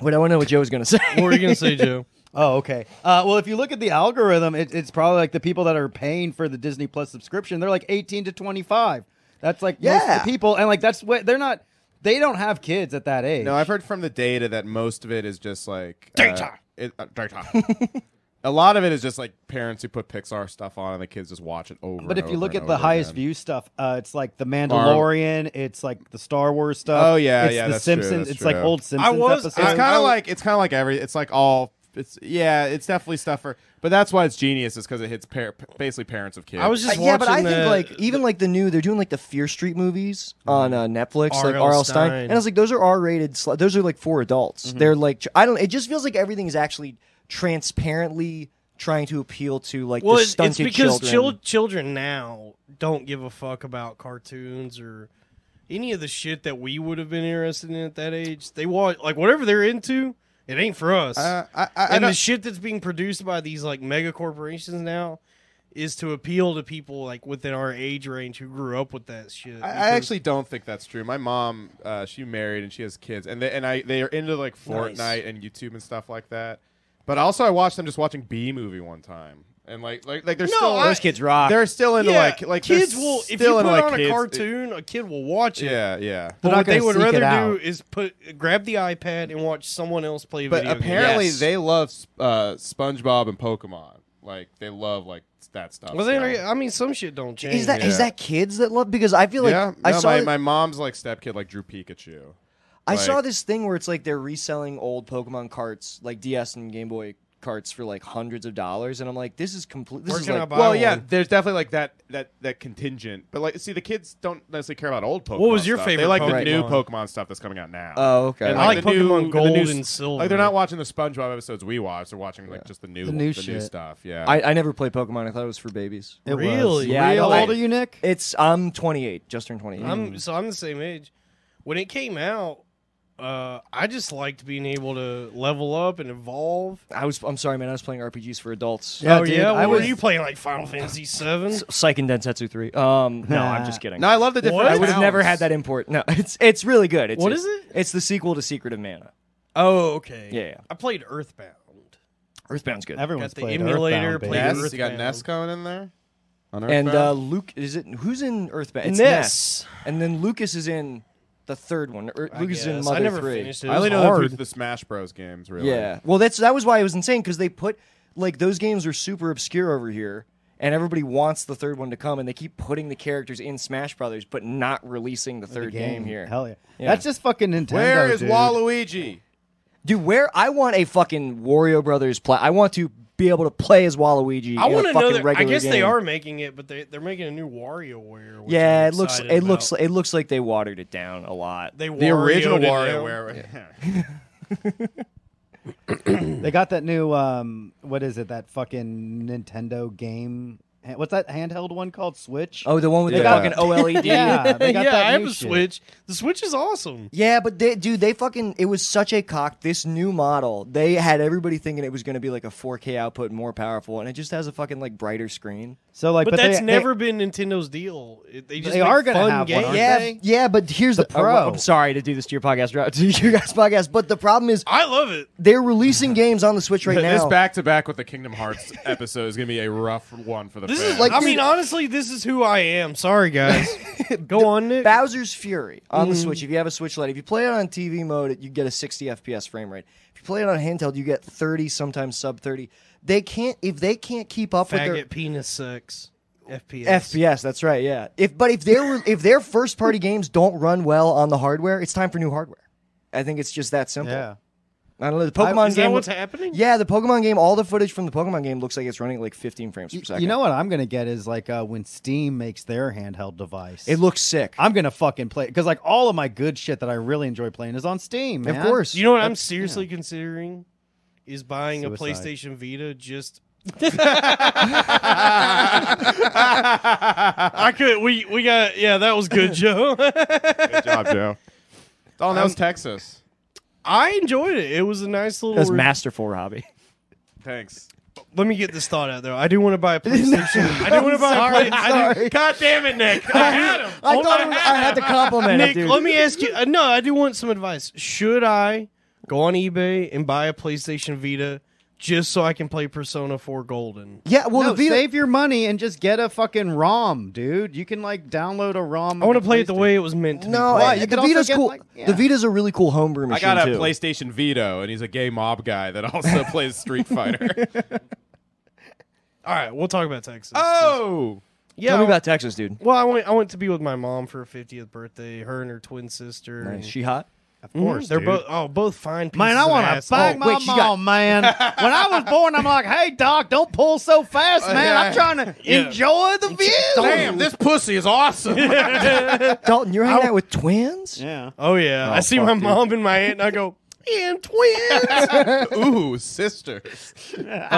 S3: Wait, I want to know what Joe was gonna say.
S2: What were you gonna say, Joe?
S1: Oh, okay. Uh, well, if you look at the algorithm, it, it's probably like the people that are paying for the Disney Plus subscription. They're like eighteen to twenty-five. That's like most of
S3: Yeah.
S1: the people, and like that's what they're not. They don't have kids at that age.
S4: No, I've heard from the data that most of it is just like uh,
S2: Data.
S4: it- uh, data. a lot of it is just like parents who put Pixar stuff on and the kids just watch it over.
S1: but
S4: and
S1: if you
S4: over
S1: look
S4: and
S1: at the
S4: over
S1: highest
S4: again.
S1: view stuff, uh, it's like the Mandalorian. It's like the Star Wars stuff.
S4: Oh, yeah,
S1: it's
S4: yeah,
S1: The
S4: that's true,
S1: Simpsons.
S4: that's
S1: it's like
S4: true.
S1: old Simpsons.
S2: was-
S1: episodes.
S4: it's
S2: I-
S4: kind
S2: I-
S4: of like it's kind of like every. It's like all. It's yeah. It's definitely stuff for. But that's why it's genius is because it hits par- basically parents of kids.
S2: I was just
S3: Uh, yeah, but I
S2: watching
S3: think
S2: the- Mm-hmm.
S3: like even like the new they're doing like the Fear Street movies on uh, Netflix, like
S2: R.L.
S3: R.L. Stein,
S2: Stine.
S3: and I was like, those are R-rated. Sl- those are like for adults.
S2: Mm-hmm.
S3: They're like tr- I don't. It just feels like everything is actually transparently trying to appeal to like
S2: Well,
S3: the
S2: it's, it's
S3: stunted
S2: because
S3: children.
S2: chil- children now don't give a fuck about cartoons or any of the shit that we would have been interested in at that age. They watch like whatever they're into. It ain't for us.
S4: Uh, I, I, I
S2: and
S4: don't-
S2: the shit that's being produced by these like mega corporations now is to appeal to people like within our age range who grew up with that shit.
S4: I, I
S2: because-
S4: actually don't think that's true. My mom, uh, she married and she has kids, and they, and I they are into like Fortnite and YouTube and stuff like that. But also, I watched them just watching B movie one time, and like like like they're
S2: No,
S4: still
S2: I- Those
S3: kids rock.
S4: They're still into
S2: Yeah,
S4: like like they're
S2: kids will if you
S4: still
S2: put
S4: into, like,
S2: on a
S4: kids-
S2: cartoon, a kid will watch it.
S4: Yeah, yeah.
S2: But
S1: They're
S2: what
S1: not
S2: they
S1: gonna
S2: would
S1: seek
S2: rather
S1: it
S2: do
S1: out.
S2: is put grab the iPad and watch someone else play. a
S4: But
S2: video game.
S4: apparently,
S3: Yes.
S4: they love uh, SpongeBob and Pokemon. Like they love like that stuff.
S2: Well, they,
S4: so.
S2: I mean, some shit don't change.
S3: Is that is
S4: Yeah.
S3: that kids that love? Because I feel like
S4: yeah,
S3: I
S4: no,
S3: saw
S4: my,
S3: that-
S4: my mom's like stepkid like drew Pikachu.
S3: I saw
S4: like-
S3: this thing where it's like they're reselling old Pokemon carts, like DS and Game Boy carts, for like hundreds of dollars, and I'm like, this is complete. This
S2: Where
S3: is
S2: can I
S3: like
S2: buy
S4: well,
S2: one?
S4: yeah, there's definitely like that that that contingent. But like, see, the kids don't necessarily care about old Pokemon.
S2: What was your
S4: stuff. They
S2: favorite
S4: like the
S3: Pokemon?
S4: new Pokemon stuff that's coming out now.
S3: Oh, okay.
S4: And,
S2: I like
S4: the new-
S2: Pokemon
S4: the
S2: Gold
S4: new-
S2: and Silver.
S4: Like they're not watching the SpongeBob episodes we watch. They're watching like just the new
S1: The new
S4: the new
S1: shit.
S4: stuff. Yeah.
S3: I, I never played Pokemon. I thought it was for babies.
S1: It was.
S2: Really?
S3: Yeah, I
S1: How
S3: don't-
S1: old are you, Nick?
S3: It's I'm 28, just turned 28.
S2: I'm so I'm the same age. When it came out, uh, I just liked being able to level up and evolve.
S3: I was I'm sorry, man. I was playing RPGs for adults. Uh,
S1: Yeah,
S2: oh
S1: dude,
S2: yeah, what
S1: I
S2: were
S1: was-
S2: you playing like Final Fantasy Seven?
S3: Psych and Densetsu 3. Um, no, I'm just kidding.
S4: no, I love the different.
S2: What?
S3: I would have
S4: towns.
S3: never had that import. No, it's it's really good. It's,
S2: What
S3: it's,
S2: is it?
S3: It's the sequel to Secret of Mana.
S2: Oh okay,
S3: Yeah, yeah.
S2: I played Earthbound.
S3: Earthbound's good.
S1: Everyone's
S2: Got the
S1: played
S2: emulator,
S1: Earthbound,
S2: played
S1: baby.
S4: Ness. You got
S2: Earthbound.
S4: Ness coming in there. On
S3: and uh,
S4: Earthbound?
S3: Luke is it? Who's in Earthbound? It's
S2: Ness.
S3: Ness. And then Lucas is in the third one. Er, Lucas is in
S2: Yes,
S3: Mother
S2: I never
S3: 3.
S2: finished it.
S4: I only
S2: It was
S4: know that through
S2: hard.
S4: the Smash Bros. games. Really.
S3: Yeah. Well, that's that was why it was insane because they put like those games are super obscure over here, and everybody wants the third one to come, and they keep putting the characters in Smash Brothers, but not releasing the third game. here.
S1: Hell yeah.
S3: Yeah.
S1: That's just fucking Nintendo.
S4: Where is
S1: dude.
S4: Waluigi?
S3: Dude, where I want a fucking Wario Brothers play. I want to be able to play as Waluigi.
S2: I
S3: want to
S2: know. That, I
S3: regular
S2: guess they
S3: game.
S2: are making it, but they they're making a new WarioWare. which
S3: Yeah,
S2: I'm
S3: it looks
S2: excited
S3: it looks
S2: about.
S3: it looks like they watered it down a lot.
S2: they
S4: The original
S2: WarioWare.
S4: WarioWare.
S1: They got that new um what is it, that fucking Nintendo game ha- what's that handheld one called? Switch.
S3: Oh, the one with the
S4: Yeah.
S3: fucking E OLED.
S1: yeah, they got
S2: yeah,
S1: that
S2: I have
S1: new
S2: a
S1: shit.
S2: Switch. The Switch is awesome.
S3: Yeah, but they, dude, they fucking it was such a cock. This new model, they had everybody thinking it was going to be like a 4K output, more powerful, and it just has a fucking like brighter screen.
S1: So like,
S2: But,
S1: but,
S2: that's
S1: they,
S2: never been Nintendo's deal. It- They just
S1: They
S2: make
S1: are gonna
S2: fun
S1: have one,
S2: games.
S1: aren't
S3: yeah,
S1: they?
S3: yeah, but here's the,
S1: The Pro.
S3: Uh, I'm sorry to do this to your podcast, to your guys' podcast, but the problem is
S2: I love it.
S3: they're releasing games on the Switch right
S4: This
S3: now.
S4: back to back with the Kingdom Hearts episode is gonna be a rough one for the
S2: This
S4: fans.
S2: is
S3: Like,
S2: like I
S3: dude-
S2: mean, honestly, this is who I am. Sorry, guys. Go on, Nick.
S3: Bowser's Fury on the Switch. If you have a Switch Lite, if you play it on TV mode, it- you get a 60 FPS frame rate. If you play it on handheld, you get 30, sometimes sub 30. They can't if they can't keep up with their
S2: Faggot penis sex. FPS.
S3: FPS. That's right. Yeah. If but if their if their first party games don't run well on the hardware, it's time for new hardware. I think it's just that simple.
S1: Yeah.
S3: I don't know. The Pokemon
S2: Is that
S3: game.
S2: what's happening?
S3: yeah, the Pokemon game. All the footage from the Pokemon game looks like it's running at like 15 frames per second.
S1: You know what I'm gonna get is like uh, when Steam makes their handheld device.
S3: it looks sick.
S1: I'm gonna fucking play because like all of my good shit that I really enjoy playing is on Steam.
S3: of
S1: man.
S3: course.
S2: Do you know what I'm seriously considering? Is buying a
S1: Suicide.
S2: PlayStation Vita just. I could. We we got. Yeah, that was good, Joe.
S4: Good job, Joe. Oh, and that was Texas.
S2: I enjoyed it. It was a nice little.
S3: that's
S2: re-
S3: masterful, Robbie.
S4: Thanks.
S2: Let me get this thought out though. I do want to buy a PlayStation. I do want to buy a PlayStation. God damn it, Nick! I had him.
S3: I thought it was- I had to compliment him,
S2: Nick,
S3: dude.
S2: let me ask you. Uh, no, I do want some advice. Should I go on eBay and buy a PlayStation Vita just so I can play Persona 4 Golden?
S3: yeah. Well,
S1: No,
S3: the Vita.
S1: save your money and just get a fucking ROM, dude. You can like download a ROM.
S2: I want to play it the way it was meant to.
S3: no,
S2: be
S1: Why?
S3: I-
S1: You
S3: the
S1: could also
S3: Vita's
S1: get,
S3: cool.
S1: like- yeah.
S3: The Vita's a really cool homebrew
S4: I
S3: machine
S4: got a
S3: too.
S4: PlayStation Vito, and he's a gay mob guy that also plays Street Fighter.
S2: All right, we'll talk about Texas.
S4: oh,
S2: yeah.
S3: Tell me
S2: I-
S3: about Texas, dude.
S2: well, I went. I went to be with my mom for her 50th birthday. Her and her twin sister.
S3: Nice. Mm,
S2: and-
S3: She hot.
S1: Of
S2: Mhm,
S1: course,
S2: they're
S1: dude.
S2: both. Oh, both fine. Pieces
S1: Man, I
S2: want to
S1: bang
S3: Oh, wait,
S1: my
S3: she
S1: mom,
S3: got-
S1: man. When I was born, I'm like, hey, doc, don't pull so fast, man. I'm trying to
S2: Yeah.
S1: enjoy the view.
S4: damn! This pussy is awesome.
S3: Dalton, you're hanging out with twins.
S1: Yeah.
S2: Oh yeah,
S3: Oh,
S2: I see
S3: fuck,
S2: my
S3: dude.
S2: mom and my aunt, and I go, and twins.
S4: Ooh, sister.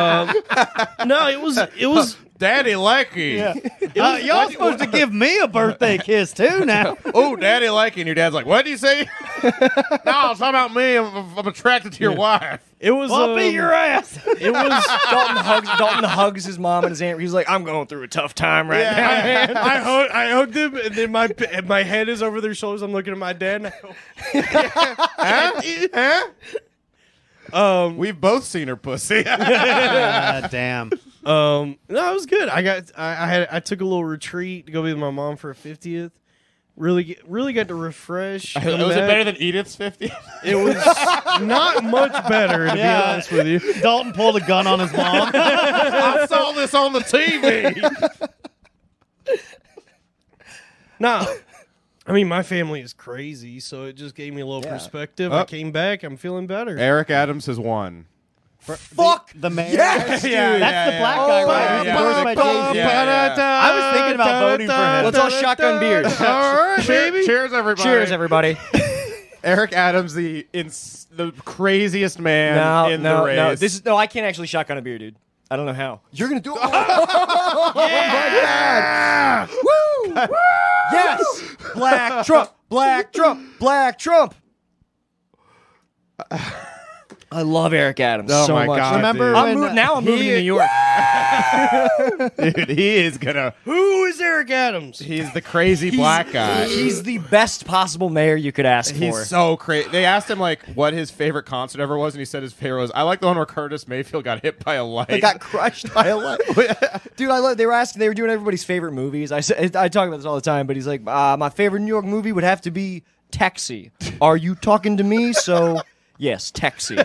S2: no, it was it was
S4: Daddy Lecky.
S1: Uh, y'all supposed to give me a birthday kiss, too, now.
S4: Oh, Daddy Lecky. And your dad's like, what do you say? no, it's not about me. I'm, I'm attracted to your wife.
S2: it was
S1: I'll beat
S2: um,
S1: your ass.
S2: it was.
S3: Dalton hugs. Dalton hugs his mom and his aunt. He's like, I'm going through a tough time right now.
S2: I, I, hug, I hugged them, and then my and my head is over their shoulders. I'm looking at my dad. And I go,
S4: huh? huh?
S2: um,
S4: We've both seen her pussy.
S1: Ah, damn.
S2: um, no, it was good. I got, I, I had, I took a little retreat to go be with my mom for a fiftieth. Really, get- really got to refresh.
S4: was
S2: come
S4: it
S2: back.
S4: better than Edith's 50?
S2: It was not much better, to
S1: Yeah.
S2: be honest with you.
S1: Dalton pulled a gun on his mom.
S4: I saw this on the TV.
S2: Nah. I mean, my family is crazy, so it just gave me a little
S3: Yeah.
S2: perspective. I
S4: Oh.
S2: came back, I'm feeling better.
S4: Eric Adams has won.
S3: Fuck
S1: The mayor.
S3: Yes, dude.
S4: Yeah,
S1: That's
S4: yeah,
S1: the
S4: yeah.
S1: black guy,
S3: Oh,
S1: right? Who's
S4: yeah,
S1: endorsed by
S4: yeah.
S1: Jay-Z. I was thinking about voting for him.
S3: Let's all shotgun beers.
S2: All right, baby.
S4: Cheers, everybody.
S3: Cheers, everybody.
S4: Eric Adams, the ins- the craziest man
S3: no,
S4: in the
S3: no,
S4: race.
S3: no. This is no. I can't actually shotgun a beer, dude. I don't know how. You're gonna do it.
S4: Ah!
S3: Woo! Yes! Black Trump! Black Trump! Black Trump! I love Eric Adams
S4: Oh
S3: so
S4: my
S3: much.
S4: God,
S1: Remember
S4: dude.
S1: when-
S3: I'm mo- now I'm moving to New York.
S4: dude, he is gonna.
S2: Who is Eric Adams?
S4: He's the crazy black guy.
S3: He's the best possible mayor you could ask for.
S4: He's so crazy. They asked him like what his favorite concert ever was, and he said his favorite was I like the one where Curtis Mayfield got hit by a light.
S3: I got crushed by a lot. Dude, I love. They were asking. They were doing everybody's favorite movies. I said I talk about this all the time, but he's like, uh, my favorite New York movie would have to be Taxi. Are you talking to me? So yes, Taxi.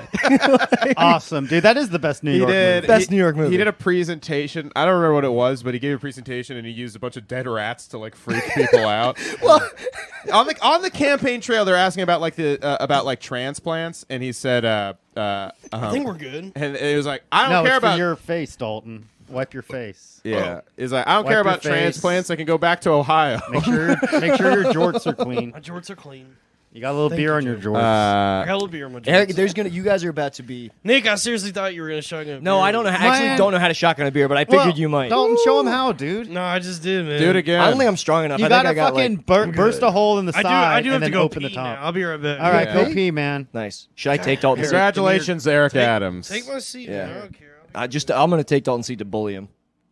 S1: Awesome, dude. That is the best New
S4: he
S1: York
S4: did
S1: movie.
S3: Best
S4: he-
S3: New York movie.
S4: He did a presentation. I don't remember what it was, but he gave a presentation and he used a bunch of dead rats to like freak people out.
S3: well,
S4: on the on the campaign trail, they're asking about like the uh, about like transplants, and he said, uh, uh, um,
S2: I think we're good.
S4: and it was like I don't
S1: No,
S4: care
S1: it's
S4: about
S1: for your face, Dalton. Wipe your face.
S4: yeah. Is like I don't
S1: Wipe
S4: care
S1: your
S4: about
S1: face.
S4: transplants. I can go back to Ohio.
S1: Make sure, make sure your jorts are clean.
S2: My jorts are clean.
S1: You got a little beer on your drawers.
S4: Uh,
S2: Hell beer, my
S3: Eric,
S2: jokes.
S3: there's gonna. You guys are about to be.
S2: Nick, I seriously thought you were gonna shotgun. a
S3: No,
S2: beer.
S3: I don't know. I actually
S1: Man.
S3: don't know how to shotgun a beer, but I figured
S1: Well,
S3: you might.
S1: Dalton, show him how, dude.
S2: No, I just did, man.
S4: do it again.
S3: I don't think I'm strong enough.
S1: You
S3: I think
S1: gotta
S3: I got
S1: fucking
S3: like,
S1: bur- burst a hole in the
S2: I do.
S1: side
S2: I do have
S1: and then
S2: to go
S1: open the
S2: pee now.
S1: top.
S2: I'll be right back.
S1: All right,
S4: Yeah.
S1: go pee, man.
S3: nice. Should I take Dalton's seat?
S4: Congratulations, Eric Adams.
S2: Take my seat.
S3: Yeah.
S2: Man. I don't care.
S3: I just. I'm gonna take Dalton's seat to bully him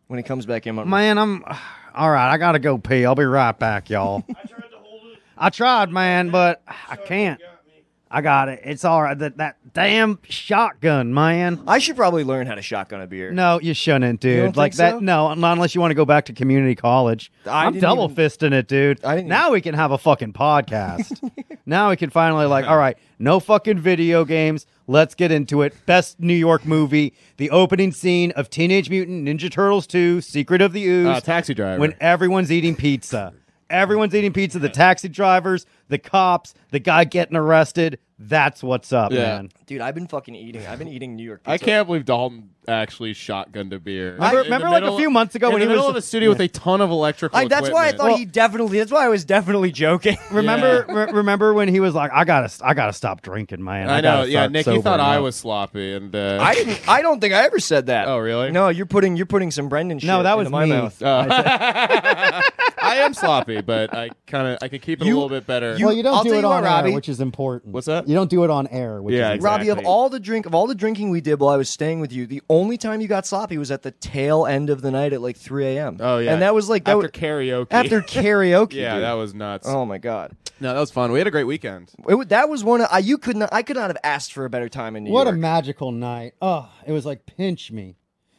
S3: when he comes back in. I'm
S1: Man, I'm all right. I gotta go pee. I'll be right back, y'all.
S2: I tried to hold it.
S1: I tried, man, but I can't.
S2: Got me.
S1: I got it. It's all right. That that damn shotgun, man.
S3: I should probably learn how to shotgun a beer.
S1: No, you shouldn't, dude.
S3: don't
S1: like
S3: think
S1: that.
S3: so?
S1: No, not unless you want to go back to community college.
S3: I
S1: am
S3: didn't
S1: double
S3: even-
S1: fisting it, dude.
S3: I didn't
S1: now we can have a fucking podcast. now we can finally like, all right, no fucking video games. Let's get into it. Best New York movie, the opening scene of Teenage Mutant Ninja Turtles 2: Secret of the Ooze.
S4: Uh, taxi driver.
S1: When everyone's eating pizza. Everyone's eating pizza. The taxi drivers, the cops, the guy getting arrested. That's what's up,
S4: Yeah.
S1: man.
S3: Dude, I've been fucking eating. I've been eating New York. Pizza.
S4: I can't believe Dalton actually shotgunned a beer.
S1: I
S4: In the
S1: remember, like, a few months ago
S4: in
S1: when
S4: the
S1: he
S4: middle
S1: was-
S4: of a studio with a ton of electrical.
S3: I, that's why I thought
S4: equipment.
S3: he definitely. That's why I was definitely joking.
S1: Remember, re- remember when he was like, "I gotta, I gotta stop drinking, man."
S4: I know.
S1: gotta
S4: Yeah,
S1: start
S4: Nick, you thought
S1: sobering
S4: I
S1: up."
S4: was sloppy, and uh,
S3: I didn't. I don't think I ever said that.
S4: Oh, really?
S3: No, you're putting you're putting some Brendan. Shit
S1: No, that was
S3: into my
S1: me. Uh,
S3: mouth.
S4: I am sloppy, but I kind of I can keep it a little bit better.
S3: you-
S1: well, you don't
S3: I'll
S1: do
S3: tell
S1: it
S3: you what,
S1: on
S3: Robbie.
S1: air, which is important.
S4: What's that?
S1: You don't do it on air, which
S4: Yeah,
S1: is
S4: exactly.
S3: Robbie, of all the drink of all the drinking we did while I was staying with you, the only time you got sloppy was at the tail end of the night at like 3 a.m.
S4: oh yeah,
S3: and that was like that
S4: after
S3: was,
S4: karaoke.
S3: after karaoke.
S4: yeah,
S3: dude.
S4: that was nuts.
S3: Oh my god,
S4: No, that was fun. We had a great weekend.
S3: it, wa- that was one. Of, I you could not. I could not have asked for a better time in New
S1: What a
S3: York.
S1: magical night! Oh, it was like pinch me.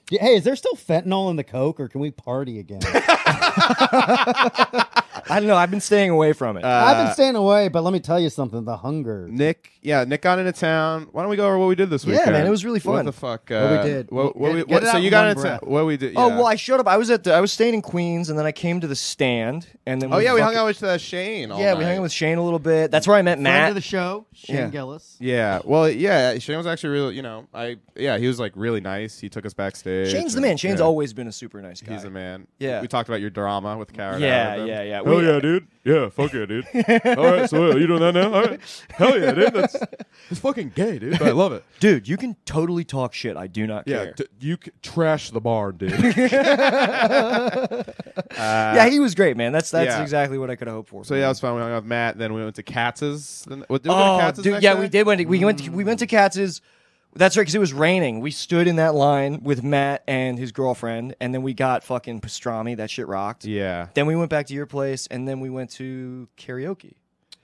S1: Yeah, Hey, is there still fentanyl in the coke, or can we party again?
S4: Uh,
S3: I don't know. I've been staying away from
S4: Uh,
S3: it.
S1: I've been staying away, but let me tell you something: the hunger.
S4: Nick, yeah, Nick got into town. Why don't we go over what we did this
S3: Yeah,
S4: weekend?
S3: man, it was really
S4: What
S3: fun.
S4: the fuck?
S1: What we
S4: uh,
S1: did.
S4: What, what
S1: Get-
S4: we,
S1: get
S4: what,
S1: it
S4: so
S1: out
S4: you
S1: in
S4: got
S1: one
S4: into town.
S1: breath.
S4: What we did?
S3: Oh
S4: yeah.
S3: well, I showed up. I was at the. I was staying in Queens, and then I came to the stand, and then
S4: oh yeah, we hung
S3: fucking-
S4: out with uh, Shane. All
S3: Yeah, we hung
S4: night.
S3: out with Shane a little bit. That's where I met
S1: Friend
S3: Matt.
S1: of the show, Shane
S3: Yeah.
S1: Gillis.
S4: Yeah, well, yeah, Shane was actually really, you know, I yeah, he was like really nice. He took us backstage.
S3: Shane's the
S4: and-
S3: man. Shane's
S4: yeah.
S3: always been a super nice guy.
S4: He's a man.
S3: Yeah.
S4: We talked about your drama with Karen.
S3: Yeah,
S4: Allen.
S3: yeah, yeah.
S4: Hell
S3: We- uh,
S4: yeah, dude. Yeah, fuck yeah, dude. All right, so uh, you doing that now? All right. Hell yeah, dude. That's it's fucking gay, dude. But I love it.
S3: Dude, you can totally talk shit. I do not
S4: Yeah,
S3: care.
S4: t- you c- trash the barn, dude.
S3: yeah, he was great, man. That's that's
S4: yeah.
S3: exactly what I could have hoped for.
S4: so yeah, that was fun. We hung out with Matt. Then we went to Katz's. Then, what, did we go to
S3: oh,
S4: Katz's
S3: dude,
S4: next Mm.
S3: yeah,
S4: day?
S3: we did. Went to, we went. To, we went to Katz's. That's right, because it was raining. We stood in that line with Matt and his girlfriend, and then we got fucking pastrami. That shit rocked.
S4: Yeah,
S3: Then we went back to your place, and then we went to karaoke.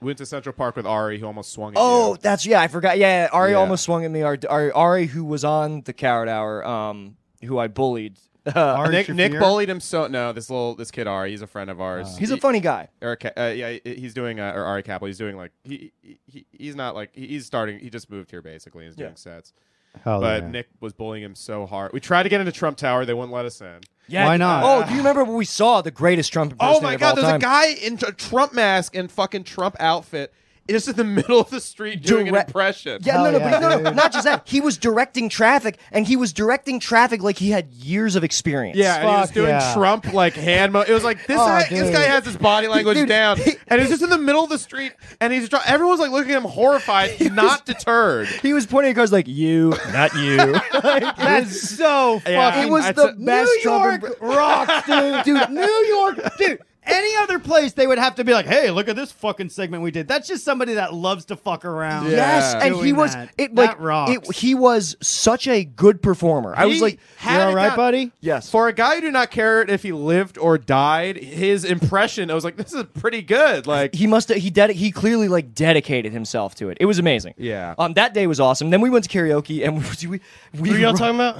S4: we went to Central Park with Ari, who almost swung. At
S3: Oh,
S4: you.
S3: that's yeah. I forgot. Yeah, Ari
S4: Yeah.
S3: almost swung at me. Our, our Ari, who was on the Carrot Hour, um, who I bullied.
S1: Ari
S4: Nick, Nick
S1: Shafir.
S4: bullied him so. No, this little this kid Ari, he's a friend of ours.
S3: He's a
S4: He-
S3: funny guy.
S4: Eric, Ca- uh, yeah, he- he's doing uh, or Ari Capel. He's doing like he, he- he he's not like he- he's starting. He just moved here basically. and He's doing
S3: Yeah.
S4: sets,
S1: Hell
S4: but
S1: Oh, yeah.
S4: Nick was bullying him so hard. We tried to get into Trump Tower. They wouldn't let us in.
S3: Yeah.
S1: Why not?
S3: Oh, do you remember when we saw the greatest Trump impersonator
S4: Oh my
S3: of
S4: God!
S3: all
S4: There's a
S3: time?
S4: guy in a Trump mask and fucking Trump outfit, just in the middle of the street doing an
S3: Direct-
S4: impression.
S3: Yeah, no,
S1: Hell
S3: no,
S1: yeah,
S3: but no, no,
S1: dude.
S3: not just that. He was directing traffic, and he was directing traffic like he had years of experience.
S4: Yeah, and he was
S1: Fuck
S4: doing
S1: yeah.
S4: Trump like hand. Mo- it was like this.
S1: Aw,
S4: guy, this
S1: dude.
S4: guy has his body language
S3: Oh, Dude,
S4: down,
S3: he-
S4: and he's just in the middle of the street, and he's dr- everyone's like looking at him horrified, not deterred.
S3: He was pointing at cars like you, not you.
S1: That's so
S4: Yeah.
S1: fucking.
S3: it was
S4: That's
S3: the
S4: a-
S3: best
S1: New
S3: Trump.
S1: York
S3: impre-
S1: rocks, dude. Dude, New York, dude. Any other place, they would have to be like, "Hey, look at this fucking segment we did." That's just somebody that loves to fuck around.
S3: Yes, and he
S1: Doing
S3: was
S1: that.
S3: it like
S1: That rocks.
S3: It, he was such a good performer. I was
S4: He
S3: like,
S4: had
S1: "You all
S4: it
S1: right,
S4: down.
S1: buddy?"
S3: Yes.
S4: For a guy who did not care if he lived or died, his impression, I was like, this is pretty good. Like,
S3: he must have he ded- he clearly like dedicated himself to it. It was amazing.
S4: Yeah.
S3: Um, that day was awesome. Then we went to karaoke and we we,
S2: What
S3: we
S2: are y'all talking about?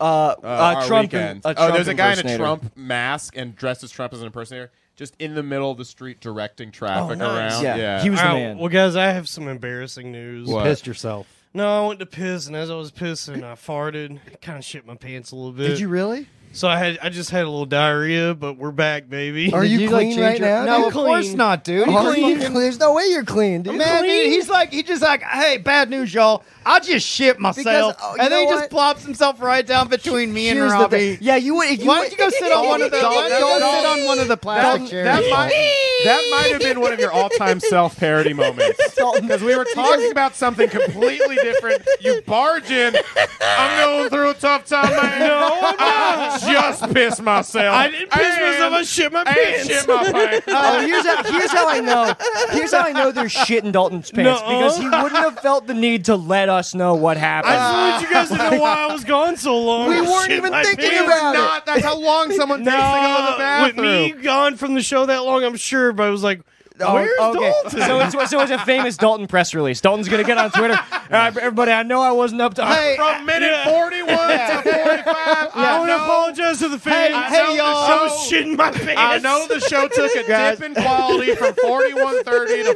S3: uh, uh,
S4: Oh, our
S3: Trump.
S4: weekend.
S3: uh,
S4: oh,
S3: Trump
S4: there's a guy in a
S3: impersonator.
S4: Trump mask and dressed as Trump as an impersonator, just in the middle of the street directing traffic
S2: nice.
S4: around.
S3: Yeah, he was the
S2: Ow.
S3: man.
S2: Well, guys, I have some embarrassing news.
S4: What?
S1: pissed yourself.
S2: No, I went to piss, and as I was pissing, I farted. Kind of shit my pants a little bit.
S3: Did you really?
S2: So I had, I just had a little diarrhea, but we're back, baby.
S3: Are
S1: Did
S3: you
S1: like,
S3: clean
S1: change
S3: right
S1: your-
S3: now,
S1: No,
S3: dude?
S1: of course
S2: Clean.
S1: not, dude.
S3: Are
S1: He
S3: you
S1: fucking-
S3: clean? There's no way you're clean, dude.
S1: Man, dude, he's like, he just like, hey, bad news, y'all. I just shit myself,
S3: Because, oh, you
S1: and then he
S3: know
S1: just
S3: what?
S1: plops himself right down between me and
S3: Here's the
S1: Robbie.
S3: thing. Yeah, you would. if
S1: Why don't you go sit on one of the?
S4: Don't-
S1: Don't,
S4: don't-
S1: sit on one of the plastic
S4: That,
S1: chairs.
S4: that might, That might have been one of your all-time self-parody moments because we were talking about something completely different. You barge in. I'm going through a tough time, man. No, I just pissed myself.
S2: I didn't piss
S4: And-
S2: myself. I shit my
S4: and
S2: pants.
S4: shit my pants.
S3: Oh, here's how, here's how I know. Here's how I know there's shit in Dalton's pants
S2: Nuh-uh.
S3: because he wouldn't have felt the need to let us know what happened.
S2: I just wanted you guys to know why I was gone so long.
S3: Oh We
S2: I
S3: weren't
S2: Oh, shit
S3: even
S2: my
S3: thinking
S2: pants.
S3: about it.
S4: Not that's how long someone takes to go to the
S2: No, with
S4: bathroom.
S2: me gone from the show that long, I'm sure. But I was like,
S3: Oh,
S2: where's
S3: okay.
S2: Dalton?
S3: So it's, so it's a famous Dalton press release. Dalton's gonna get on Twitter. All right, everybody, I know I wasn't up to. uh, Hey,
S4: From minute 41 to 45,
S2: I
S4: I
S2: want to
S4: know
S2: apologize to the fans.
S4: I
S3: hey,
S4: know the
S3: y'all.
S2: I was
S4: show-
S2: shitting my pants.
S4: I know the show took a
S3: Guys.
S4: dip in quality from 41.30 to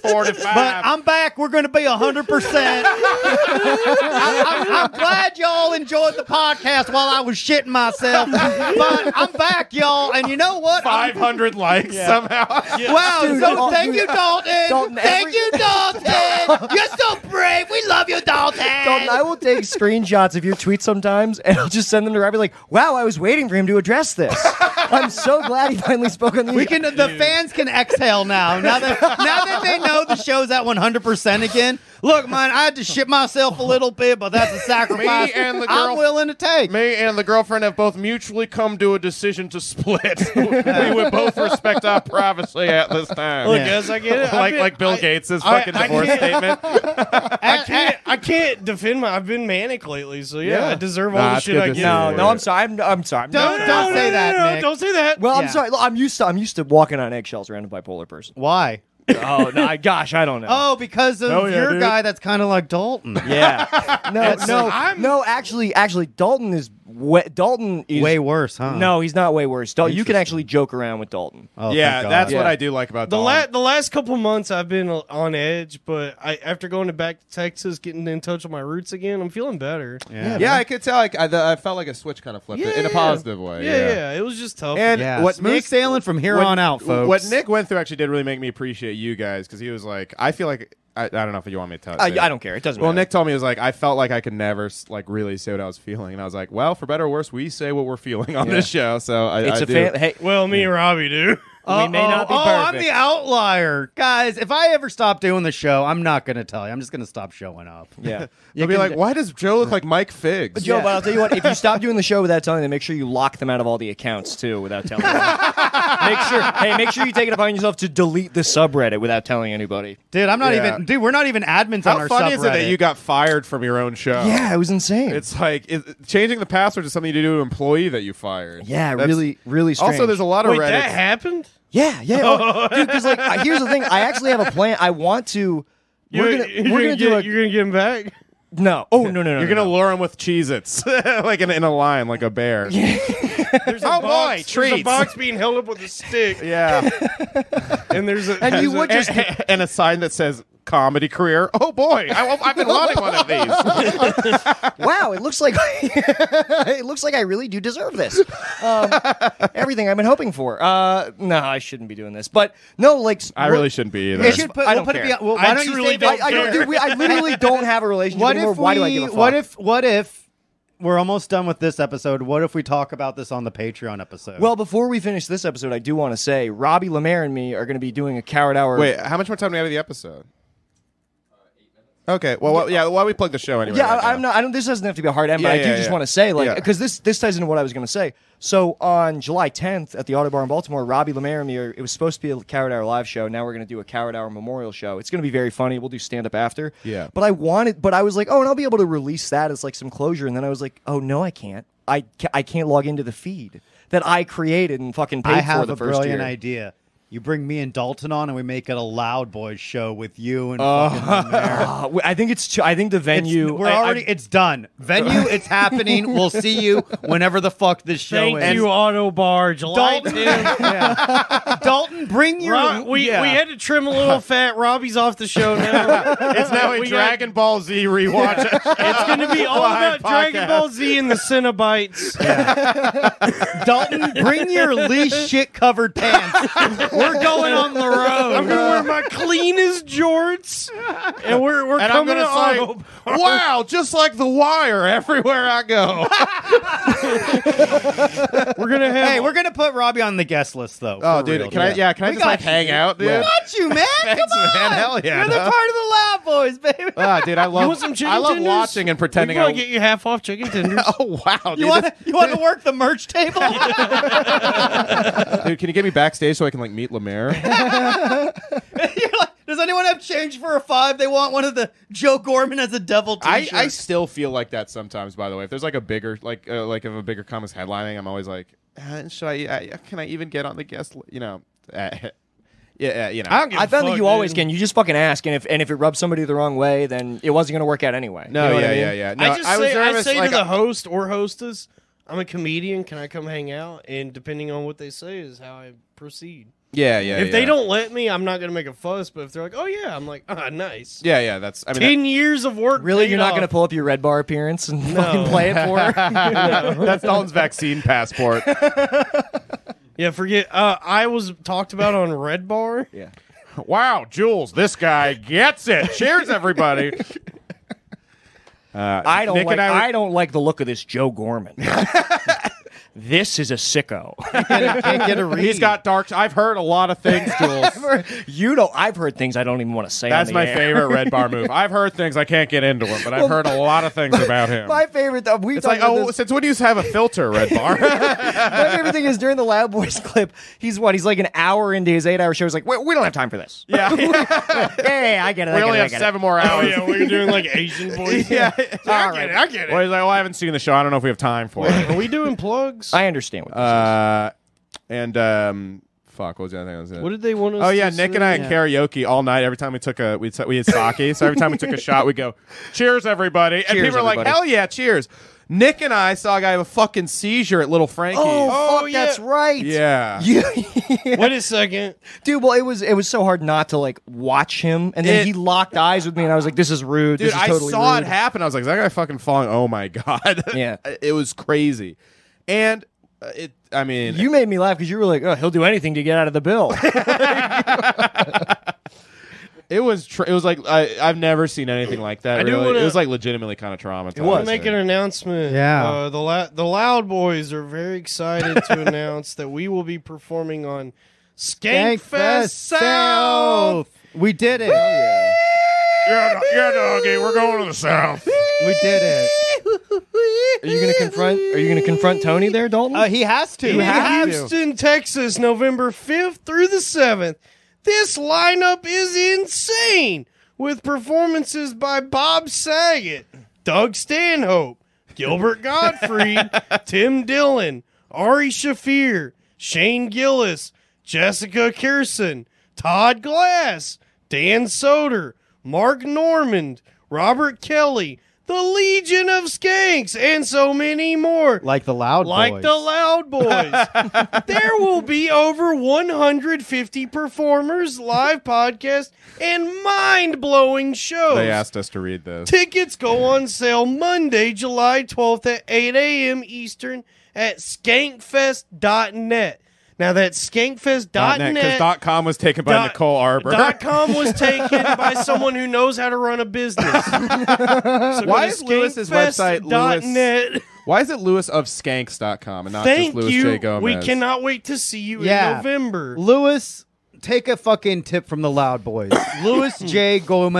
S4: 46.45.
S1: But I'm back. We're going to be 100%. I, am I'm glad y'all enjoyed the podcast while I was shitting myself. But I'm back, y'all. And you know what? I'm-
S4: 500 likes somehow.
S1: Wow.
S3: Dude,
S1: so
S3: Dalton-
S1: thank you, Dalton.
S3: Dalton,
S1: thank
S3: every-
S1: you, Dalton. You're so brave. We love you, Dalton.
S3: Dalton, I will take screenshots of your tweets sometimes, and I'll just send them to Robbie. Like, wow, I was waiting for him to address this. I'm so glad he finally spoke on the.
S1: we can the fans can exhale now. Now that now that they know the show's at 100 percent again. Look, man, I had to shit myself a little bit, but that's a sacrifice
S4: and the
S1: I'm
S4: girl-
S1: willing to take.
S4: Me and the girlfriend have both mutually come to a decision to split. we would both respect our privacy at this time.
S2: Look,
S1: Yeah.
S2: guys, I get it.
S4: like
S2: I've been-
S4: like Bill
S2: I-
S4: Gates'
S2: I-
S4: fucking
S2: I Oh,
S4: divorce
S2: can't-
S4: statement.
S2: I can't. I can't defend my. I've been manic lately, so yeah,
S4: Yeah.
S2: I deserve
S4: Nah,
S2: all the
S4: it's
S2: shit
S4: good
S2: I
S4: to
S2: get.
S4: see you.
S3: no, no, I'm sorry. I'm, I'm sorry. I'm
S1: Don't-
S3: not-
S1: don't say that,
S2: No,
S1: Nick.
S2: don't say that.
S3: well, I'm
S1: Yeah.
S3: sorry. Look, I'm used to. I'm used to walking on eggshells around by bipolar person.
S1: Why?
S3: Oh no, I, gosh, I don't know.
S1: Oh, because of
S4: Oh, yeah,
S1: your
S4: dude.
S1: guy that's kind of like Dalton.
S3: Yeah. No, no,
S2: I'm-
S3: no. Actually, actually, Dalton is we- Dalton is
S1: Way worse, huh?
S3: No, he's not way worse. Dalton, you can actually joke around with Dalton.
S1: Oh,
S4: yeah,
S1: thank God.
S4: that's what
S3: Yeah.
S4: I do like about
S2: the
S4: Dawn.
S2: la- the last couple months I've been uh, on edge, but I after going to back to Texas, getting in touch with my roots again, I'm feeling better.
S1: Yeah.
S4: yeah, I could tell. Like I, the, I felt like a switch kind of flipped it in a positive way.
S2: Yeah, yeah, it was just tough.
S4: And
S1: Yeah,
S4: what
S1: smooth
S4: Nick
S1: sailing from here
S4: what-
S1: on out, folks.
S4: What Nick went through actually did really make me appreciate you guys because he was like, I feel like I, I don't know if you want me to tell. it,
S3: I,
S4: Dave.
S3: I don't care. It doesn't
S4: Well,
S3: matter.
S4: Nick told me he was like, I felt like I could never s- like really say what I was feeling, and I was like, well, for better or worse, we say what we're feeling on this show. So I,
S3: it's
S4: I
S3: a
S4: do.
S3: fan. Hey,
S2: well, me and Robbie do.
S3: we may not be
S1: oh, I'm
S3: perfect.
S1: the outlier, guys. If I ever stop doing the show, I'm not going to tell you. I'm just going to stop showing up.
S3: yeah.
S4: You'll be like, why does Joe look like Mike Figs?
S3: Joe, but I'll tell you what. If you stop doing the show without telling them, make sure you lock them out of all the accounts too, without telling. them. make sure. Hey, make sure you take it upon yourself to delete the subreddit without telling anybody.
S1: dude, I'm not
S4: Yeah.
S1: even. Dude, we're not even admins on
S4: How
S1: our
S4: funny is it that
S1: subreddit.
S4: you got fired from your own show?
S3: Yeah, it was insane.
S4: Oh. It's like it, changing the password is something you do to an employee that you fired.
S3: yeah,
S4: That's-
S3: really, really strange.
S4: Also, there's a lot of
S2: Wait,
S4: Reddit.
S2: that happened?
S3: Yeah, yeah, oh, dude. Because like, I- here's the thing. I actually have a plan. I want to. We're
S2: You're-
S3: gonna,
S2: you're
S3: we're gonna
S2: get,
S3: do a
S2: you're gonna get him back.
S3: no. Oh no, no, no.
S4: You're
S3: no,
S4: gonna
S3: no.
S4: lure him with Cheez-Its, like in, in a line, like a bear.
S2: There's
S4: Oh,
S2: a box,
S4: boy,
S2: There's
S4: treats.
S2: a box being held up with a stick,
S4: yeah.
S2: and there's a
S3: And you
S2: there's a-
S3: would just
S4: and, and a sign that says comedy career. Oh boy, I, I've been wanting one of these.
S3: wow. It looks like it looks like I really do deserve this. Um, everything I've been hoping for. Uh, no, I shouldn't be doing this. But no, like s-
S4: I
S3: we're-
S4: really shouldn't be either.
S3: It
S1: We should put, we'll
S3: I don't
S1: put it
S3: care.
S1: beyond. Well,
S2: I
S1: why don't you
S2: truly
S1: say
S3: I,
S1: that-
S3: I don't. Dude, we, I literally don't have a relationship
S1: What
S3: anymore.
S1: if we?
S3: Why do I give a fuck?
S1: What if? What if? We're almost done with this episode. What if we talk about this on the Patreon episode?
S3: Well, before we finish this episode, I do want to say Robbie Lemaire and me are going to be doing a coward hour.
S4: Wait, how much more time do we have of the episode? Okay. Well, well yeah. Why don't we plug the show anyway?
S3: Uh, Yeah, I,
S4: right now?
S3: I'm not. I don't. This doesn't have to be a hard end,
S4: Yeah,
S3: but I do
S4: yeah,
S3: just
S4: yeah.
S3: want to say, like,
S4: Yeah.
S3: because this this ties into what I was going to say. So on July 10th at the Auto Bar in Baltimore, Robbie Lemaire and me. Are, it was supposed to be a Coward Hour live show. Now we're going to do a Coward Hour memorial show. It's going to be very funny. We'll do stand up after.
S4: Yeah.
S3: But I wanted. But I was like, oh, and I'll be able to release that as like some closure. And then I was like, oh no, I can't. I ca- I can't log into the feed that I created and fucking paid
S1: I
S3: for
S1: have
S3: the
S1: a
S3: first
S1: brilliant
S3: year.
S1: idea. You bring me and Dalton on, and we make it a Loud Boys show with you and fucking Lemaire.
S3: Uh, w- I think it's. too- I think the
S1: It's-
S3: venue.
S1: We're
S3: Oh, I- I-
S1: already. it's done. Venue. It's happening. We'll see you whenever the fuck this show
S2: Thank
S1: is.
S2: you, Auto Bar, July
S1: Dalton.
S2: 10th.
S1: Dalton, bring your.
S2: Rob, we
S1: yeah.
S2: we had to trim a little fat. Robbie's off the show now.
S4: It's now a
S2: We got-
S4: Dragon Ball Z rewatch.
S2: it's going to be all
S4: Live
S2: about Dragon
S4: podcast.
S2: Ball Z and the Cenobites.
S1: Dalton, bring your least shit covered pants.
S2: We're going on the road. I'm gonna wear my cleanest jorts, and we're we're
S4: and I'm
S2: coming
S4: gonna
S2: on.
S4: say, wow, just like the wire everywhere I go.
S2: we're gonna have.
S1: Hey, we're gonna put Robbie on the guest list though.
S4: oh,
S1: for
S4: dude,
S1: real,
S4: can I? Yeah, can I
S1: We
S4: just like
S1: got
S4: hang
S1: you.
S4: out, dude?
S1: We got you, man.
S4: Thanks,
S1: Come on.
S4: man. Hell yeah.
S1: You're the part of the Loud Boys, baby.
S4: Ah, dude, I love.
S2: you want some chicken
S4: I love
S2: tenders?
S4: watching and pretending.
S2: We can
S4: I
S2: get you half off chicken tenders.
S4: Oh wow, dude,
S1: you want to you want to work the merch table?
S4: dude, can you get me backstage so I can like meet Lemaire?
S1: You're like, Does anyone have change for a five? They want one of the Joe Gorman as a devil
S4: I,
S1: T-shirt.
S4: I still feel like that sometimes. By the way, if there's like a bigger like uh, like if a bigger comic's headlining, I'm always like, uh, should I? Uh, can I even get on the guest? Li-? You know, uh, yeah, uh, you know.
S2: I don't give
S3: I
S2: a
S3: found
S2: fuck,
S3: that you always
S2: dude.
S3: can. You just fucking ask, and if and if it rubs somebody the wrong way, then it wasn't gonna work out anyway.
S4: no,
S3: You know what
S4: yeah,
S3: I mean?
S4: yeah, yeah. No,
S2: I just
S4: was
S2: say,
S4: nervous,
S2: I say
S4: like, uh,
S2: to the host or hostess, I'm a comedian. Can I come hang out? And depending on what they say is how I proceed.
S4: yeah, yeah.
S2: if they
S4: yeah.
S2: don't let me, I'm not gonna make a fuss. But if they're like, "Oh yeah," I'm like, "Ah, nice."
S4: yeah, yeah, that's. I mean, that-
S2: Ten years of work.
S3: Really,
S2: paid
S3: you're not
S2: off.
S3: gonna pull up your red bar appearance and fucking play it for? her?
S4: That's Dalton's vaccine passport.
S2: Yeah, forget. Uh, I was talked about on Red Bar.
S3: yeah.
S4: wow, Jules, this guy gets it. Cheers, everybody. Uh,
S3: I don't
S4: Nick
S3: like.
S4: and I,
S3: I,
S4: were-
S3: don't like the look of this Joe Gorman. this is a sicko.
S1: can't get a read.
S4: He's got dark. I've heard a lot of things, Jules.
S3: you don't. I've heard things I don't even want to say.
S4: That's
S3: on the
S4: my
S3: air.
S4: favorite red bar move. I've heard things I can't get into him, but I've heard a lot of things about him.
S3: My favorite. Though, we
S4: it's like, oh, since when do you have a filter, red bar?
S3: my favorite thing is during the Loud Boys clip. He's what? He's like an hour into his eight-hour show. He's like, we, we don't have time for this.
S4: yeah,
S3: yeah, yeah, yeah, I get it.
S4: we
S3: I get
S4: only
S3: it, I
S4: have
S3: get it.
S4: seven more hours.
S2: Oh, yeah, we were doing like Asian boys.
S4: Yeah.
S2: I get it. I get it.
S4: Well, he's like, well, I haven't seen the show. I don't know if we have time for it.
S2: Are we doing plugs?
S3: I understand what this
S4: Uh, and um, fuck, what was the other thing I was gonna?
S2: what did they want us?
S4: Oh yeah,
S2: to
S4: Nick
S2: say?
S4: and I had karaoke all night. Every time we took a we we had sake, so every time we took a shot, we go, "Cheers, everybody!" and
S3: Cheers,
S4: people are like,
S3: everybody.
S4: "Hell yeah, cheers!" Nick and I saw a guy have a fucking seizure at Little Frankie.
S3: Oh,
S2: Oh,
S3: fuck,
S2: yeah.
S3: that's right.
S4: yeah,
S3: You,
S2: Wait a second.
S3: dude, well, it was it was so hard not to like watch him, and then
S4: It-
S3: he locked eyes with me, and I was like, "This is rude.
S4: dude,
S3: this is
S4: I
S3: totally
S4: saw
S3: rude."
S4: it happen. I was like, "Is that guy fucking falling?" Oh my god,
S3: Yeah.
S4: it was crazy, and uh, it. I mean,
S3: You made me laugh because you were like, "Oh, he'll do anything to get out of the bill."
S4: it was tr it was like I I've never seen anything like that.
S2: I do
S4: really.
S2: wanna-
S4: it was like legitimately kind of traumatizing. It
S2: I'll make an announcement.
S1: Yeah.
S2: Uh, the la- the Loud Boys are very excited to announce that we will be performing on Skankfest South.
S1: We did it.
S4: yeah, yeah, doggy, we're going to the south.
S1: We did it.
S3: are you gonna confront? Are you gonna confront Tony there, Dalton?
S1: Uh, he has to.
S2: In
S1: He has to.
S2: Houston, Texas, November 5th through the 7th. This lineup is insane with performances by Bob Saget, Doug Stanhope, Gilbert Gottfried, Tim Dillon, Ari Shafir, Shane Gillis, Jessica Kirsten, Todd Glass, Dan Soder, Mark Normand, Robert Kelly, the Legion of Skanks, and so many more
S1: Like the loud
S2: like
S1: boys.
S2: the Loud Boys. there will be over 150 performers, live podcast, and mind-blowing shows.
S4: They asked us to read this.
S2: Tickets go on sale Monday, July 12th at 8 a.m. Eastern at skankfest.net. Now that's
S4: dot net because
S2: skankfest.net.
S4: dot com was taken by
S2: Dot-
S4: Nicole Arbor.
S2: Dot com was taken by someone who knows how to run a business. So
S4: Why is Lewis's website Lewis-
S2: Lewis?
S4: Why is it Lewis of Skanks.com and not
S2: Thank
S4: just Lewis
S2: you.
S4: J. Gomez?
S2: We cannot wait to see you
S1: Yeah.
S2: in November.
S1: Lewis, take a fucking tip from the Loud Boys.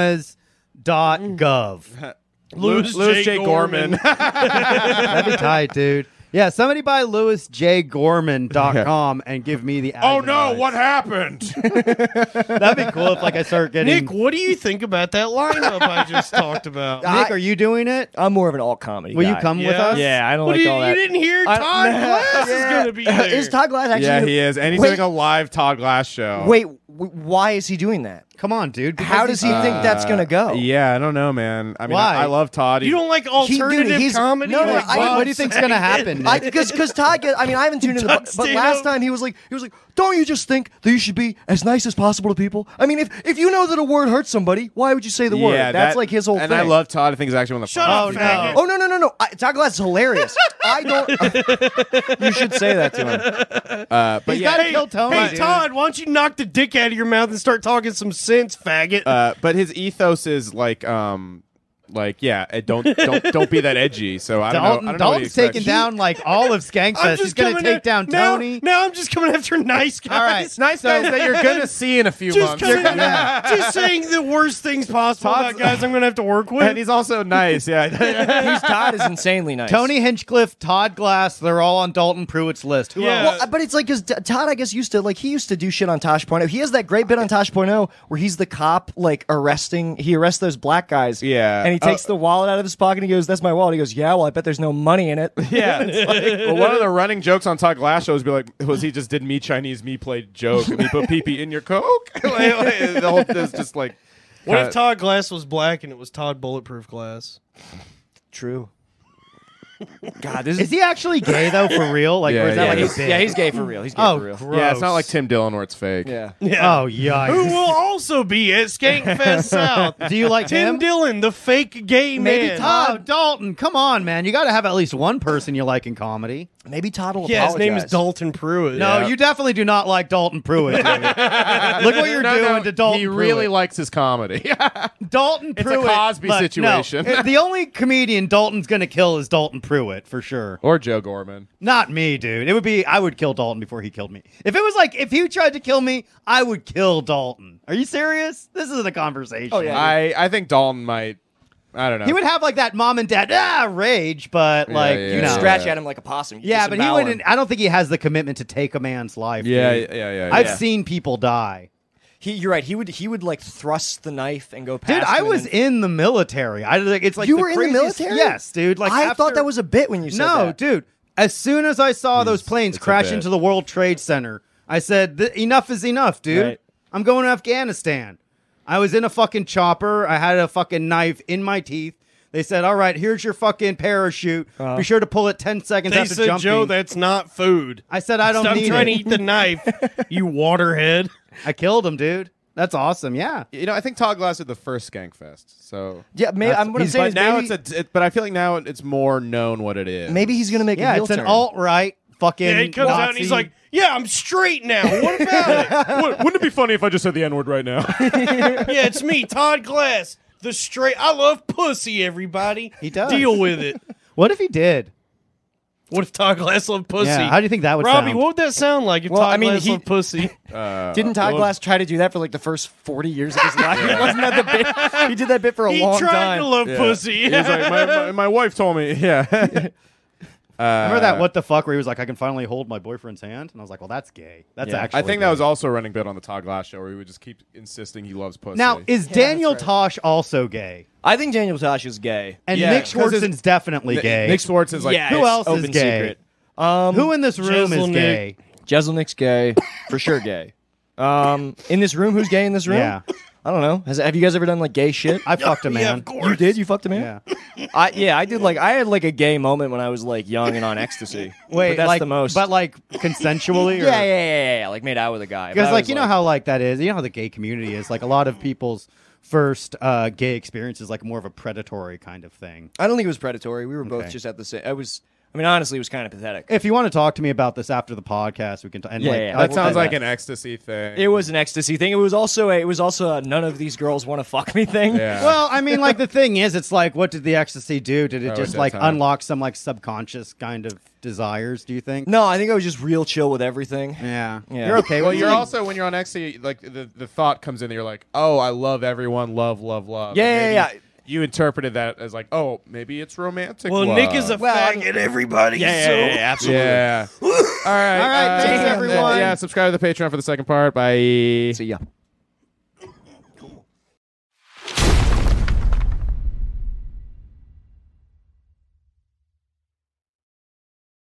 S4: Mm.
S1: LewisJGomez.gov.
S4: Lewis, Lewis J. Gorman.
S1: That'd be tight, dude. Yeah, somebody buy LewisJGorman.com and give me the.
S4: oh
S1: admin
S4: no!
S1: rights.
S4: What happened?
S1: That'd be cool if like I start getting.
S2: Nick, what do you think about that lineup I just talked about?
S1: Nick, are you doing it?
S3: I'm more of an alt comedy.
S1: Will you
S3: guy.
S1: come with
S2: Yeah.
S1: us?
S3: Yeah, I don't
S2: What
S3: like
S2: do you,
S3: all
S2: you
S3: that.
S2: didn't hear
S3: I-
S2: Todd Glass is
S3: Yeah.
S2: going to be there.
S3: Is Todd Glass actually?
S4: yeah, he is, and he's
S3: Wait.
S4: doing a live Todd Glass show.
S3: Wait, w- why is he doing that?
S1: Come on, dude. because
S3: How does he
S1: he's-
S3: think that's gonna go?
S4: Uh, yeah, I don't know, man. I mean,
S1: Why?
S4: I, I love Todd.
S2: You don't like
S3: He- dude,
S2: alternative
S3: he's-
S2: comedy?
S3: no, no,
S2: Like,
S3: I-
S2: Bob
S1: what do you think's gonna
S2: Saget?
S1: happen? Nick?
S3: because because Todd get I mean I haven't tuned in the
S2: Does,
S3: but
S2: you
S3: last
S2: know?
S3: time he was like he was like don't you just think that you should be as nice as possible to people I mean if if you know that a word hurts somebody why would you say the word
S4: Yeah,
S3: that's
S4: that-
S3: like his whole
S4: and
S3: thing
S4: I love Todd. I think he's actually one of the.
S2: Shut
S1: Oh,
S2: up,
S1: no.
S2: faggot.
S3: oh no no no no I, Todd Glass is hilarious I don't you should say that to him
S4: Uh, but
S1: He's
S4: yeah,
S1: gotta kill Tony.
S2: Hey,
S1: dude.
S2: Todd, why don't you knock the dick out of your mouth and start talking some sense, faggot?
S4: uh, but his ethos is like, um, like yeah, eh, don't don't don't be that edgy. So I don't
S1: Dalton,
S4: know. I don't know what he
S1: Dalton's taking
S4: expects.
S1: down like all of Skankfest. He's gonna
S2: coming
S1: take
S2: at-
S1: down
S2: now,
S1: Tony.
S2: Now I'm just coming after nice guys.
S1: All right,
S4: It's nice guys that you're gonna see in a few
S2: Just,
S4: months.
S2: coming,
S4: You're gonna-
S2: just saying the worst things possible
S4: Todd's-
S2: about guys I'm going to have to work with.
S4: and he's also nice. Yeah.
S3: he's Todd is insanely nice
S1: Tony Hinchcliffe, Todd Glass, they're all on Dalton Pruitt's list. Who
S2: Yeah.
S1: else?
S3: Well, but it's like because Todd, I guess, used to like he used to do shit on Tosh.0. He has that great bit on Tosh.0 where he's the cop like arresting. He arrests those black guys.
S4: Yeah.
S3: and he takes
S4: Oh.
S3: the wallet out of his pocket. and He goes, "That's my wallet." He goes, "Yeah, well, I bet there's no money in it."
S4: Yeah, it's like, well, one of the running jokes on Todd Glass shows be like, was he just did me Chinese, me played joke, and he put pee pee in your coke? like, like, the whole thing's just like,
S2: what
S4: uh,
S2: if Todd Glass was black and it was Todd Bulletproof Glass?
S3: True. God, this
S1: is he actually gay though for real? Like,
S4: Yeah,
S1: or is that
S4: yeah,
S1: like
S4: he's-
S1: a bit?
S3: yeah, he's gay for real. He's gay
S1: oh,
S3: for real.
S1: gross.
S4: yeah, it's not like Tim Dillon where it's fake.
S3: Yeah.
S1: Oh,
S2: Who
S1: yikes.
S2: will also be at Skankfest South?
S1: Do you like
S2: Tim
S1: him?
S2: Dillon, the fake gay
S3: Maybe
S2: man.
S1: Oh, Dalton, come on, man. You got to have at least one person you like in comedy.
S3: Maybe Todd will.
S2: Yeah, his name is
S3: apologize.
S2: Dalton Pruitt.
S1: No,
S4: Yeah.
S1: you definitely do not like Dalton Pruitt. dude. Look what you're
S4: No,
S1: doing
S4: no,
S1: to Dalton
S4: He really
S1: Pruitt.
S4: likes his comedy.
S1: Dalton
S4: It's a
S1: Pruitt.
S4: Cosby
S1: look, no.
S4: situation.
S1: the only comedian Dalton's going to kill is Dalton Pruitt, for sure.
S4: or Joe Gorman.
S1: Not me, dude. It would be, I would kill Dalton before he killed me. If it was like, if he tried to kill me, I would kill Dalton. Are you serious? This isn't a conversation.
S3: Oh, yeah.
S4: I, I think Dalton might. I don't know.
S1: He would have like that mom and dad ah, rage, but
S4: Yeah,
S1: like,
S4: yeah,
S1: you know.
S3: Scratch at him like a possum. You
S1: Yeah, but he
S3: disembowel him.
S1: wouldn't. I don't think he has the commitment to take a man's life.
S4: yeah, yeah,
S1: dude.
S4: yeah, yeah.
S1: I've
S4: yeah.
S1: seen people die.
S3: He, you're right. He would. He would like thrust the knife and go past.
S1: Dude, I
S3: him and
S1: was
S3: then-
S1: in the military. I like it's like
S3: you
S1: the
S3: were in the
S1: craziest-
S3: military.
S1: Yes, dude. Like
S3: I thought
S1: after-
S3: that was a bit when you said
S1: no,
S3: that.
S1: dude. As soon as I saw those planes
S4: it's a
S1: crash
S4: bit.
S1: into the World Trade Center, I said, "Th- "Enough is enough, dude.
S3: Right.
S1: I'm going to Afghanistan." I was in a fucking chopper. I had a fucking knife in my teeth. They said, "All right, here's your fucking parachute. Be sure to pull it ten seconds
S2: Uh-huh. They
S1: after
S2: said,
S1: jumping."
S2: Joe, that's not food.
S1: I said, "I don't
S2: Stop
S1: need
S2: trying
S1: it."
S2: to eat the knife, you waterhead.
S1: I killed him, dude. That's awesome. Yeah.
S4: You know, I think Todd Glass did the first Skankfest. So.
S3: Yeah, maybe I'm gonna
S1: he's-
S3: say
S4: But
S3: is
S4: now
S3: maybe,
S4: it's a. It, but I feel like now it's more known what it is.
S3: maybe he's gonna make a
S1: Yeah,
S3: heel
S1: it's an
S3: turn.
S1: alt right fucking.
S2: Yeah, he comes out and he's
S1: Nazi-
S2: like, "Yeah, I'm straight now. What about
S4: Wouldn't it be funny if I just said the N word right now?
S2: it? Yeah, it's me, Todd Glass, the straight. I love pussy. Everybody,
S1: He does.
S2: Deal with it.
S1: What if he did?
S2: What if Todd Glass loved pussy?
S1: Yeah, how do you think that would
S2: Robbie,
S1: sound?
S2: what would that sound like if
S3: Well,
S2: Todd
S3: I mean,
S2: Glass
S3: he-
S2: loved pussy?
S3: Didn't Todd Glass try to do that for like the first 40 years of his life? Wasn't that the bit? He did that bit for a
S2: he
S3: long
S2: tried
S3: time.
S2: to love pussy.
S4: He's like, my, my, my wife told me. Yeah. Uh,
S1: Remember that what the fuck where he was like, I can finally hold my boyfriend's hand? And I was like, well, that's gay. That's
S3: Yeah. I
S1: actually.
S4: I think
S1: gay.
S4: that was also a running bit on the Todd Glass show where he would just keep insisting he loves pussy.
S1: Now, is
S3: that's
S1: Daniel
S3: right.
S1: Tosh also gay?
S3: I think Daniel Tosh is gay.
S1: And
S4: Yeah,
S1: Nick
S4: 'cause his-
S1: Swartzen's definitely
S4: Nick-
S1: gay.
S4: Nick Swartz is like,
S3: yeah,
S1: who
S3: it's
S1: else is
S3: open
S1: gay?
S3: Secret. Um,
S1: Who in this room is
S2: Jezelnik.
S1: gay?
S3: Jezelnik's gay, for sure gay. Um, in this room, who's gay in this room?
S1: Yeah.
S3: I don't know. Has, have you guys ever done like gay shit?
S1: I fucked a
S2: yeah,
S1: man.
S2: of course.
S3: you did. You fucked a
S1: Yeah.
S3: man. I yeah. I did like I had like a gay moment when I was like young and on ecstasy.
S1: Wait,
S3: but that's
S1: like,
S3: the most.
S1: but like consensually, or?
S3: yeah, yeah, yeah, yeah, yeah. Like made out with a guy. But
S1: Because
S3: I
S1: like
S3: was
S1: you know how like that is, you know how the gay community is. Like a lot of people's first uh, gay experience is like more of a predatory kind of thing.
S3: I don't think it was predatory. We were both
S1: Okay.
S3: just at the same. I was. I mean, honestly, it was kind of pathetic.
S1: If you want to talk to me about this after the podcast, we can. T- and
S3: Yeah,
S1: like,
S3: yeah,
S1: I-
S4: that
S3: Well,
S4: sounds
S3: that-
S4: like an ecstasy thing.
S3: It was an ecstasy thing. It was also a. It was also a none of these girls want to fuck me thing.
S4: Yeah.
S1: Well, I mean, like the thing is, it's like, what did the ecstasy do? Did it
S4: Oh,
S1: just
S4: it's
S1: like
S4: that time.
S1: unlock some like subconscious kind of desires? Do you think?
S3: No, I think I was just real chill with everything.
S1: Yeah.
S3: Yeah.
S1: You're okay.
S4: well,
S1: with
S4: you're
S1: it?
S4: also when you're on ecstasy, like the, the thought comes in that you're like, oh, I love everyone, love, love, love.
S3: Yeah,
S4: And
S3: yeah,
S4: maybe You interpreted that as like, oh, maybe it's romantic.
S2: Well,
S4: love.
S2: Nick is a
S3: Well, I'm-
S2: faggot. Everybody.
S3: Yeah,
S2: so.
S3: yeah, yeah, yeah, absolutely.
S4: Yeah. All right.
S1: All right,
S4: uh,
S1: thanks, everyone.
S4: Yeah. Subscribe to the Patreon for the second part. Bye.
S3: See ya.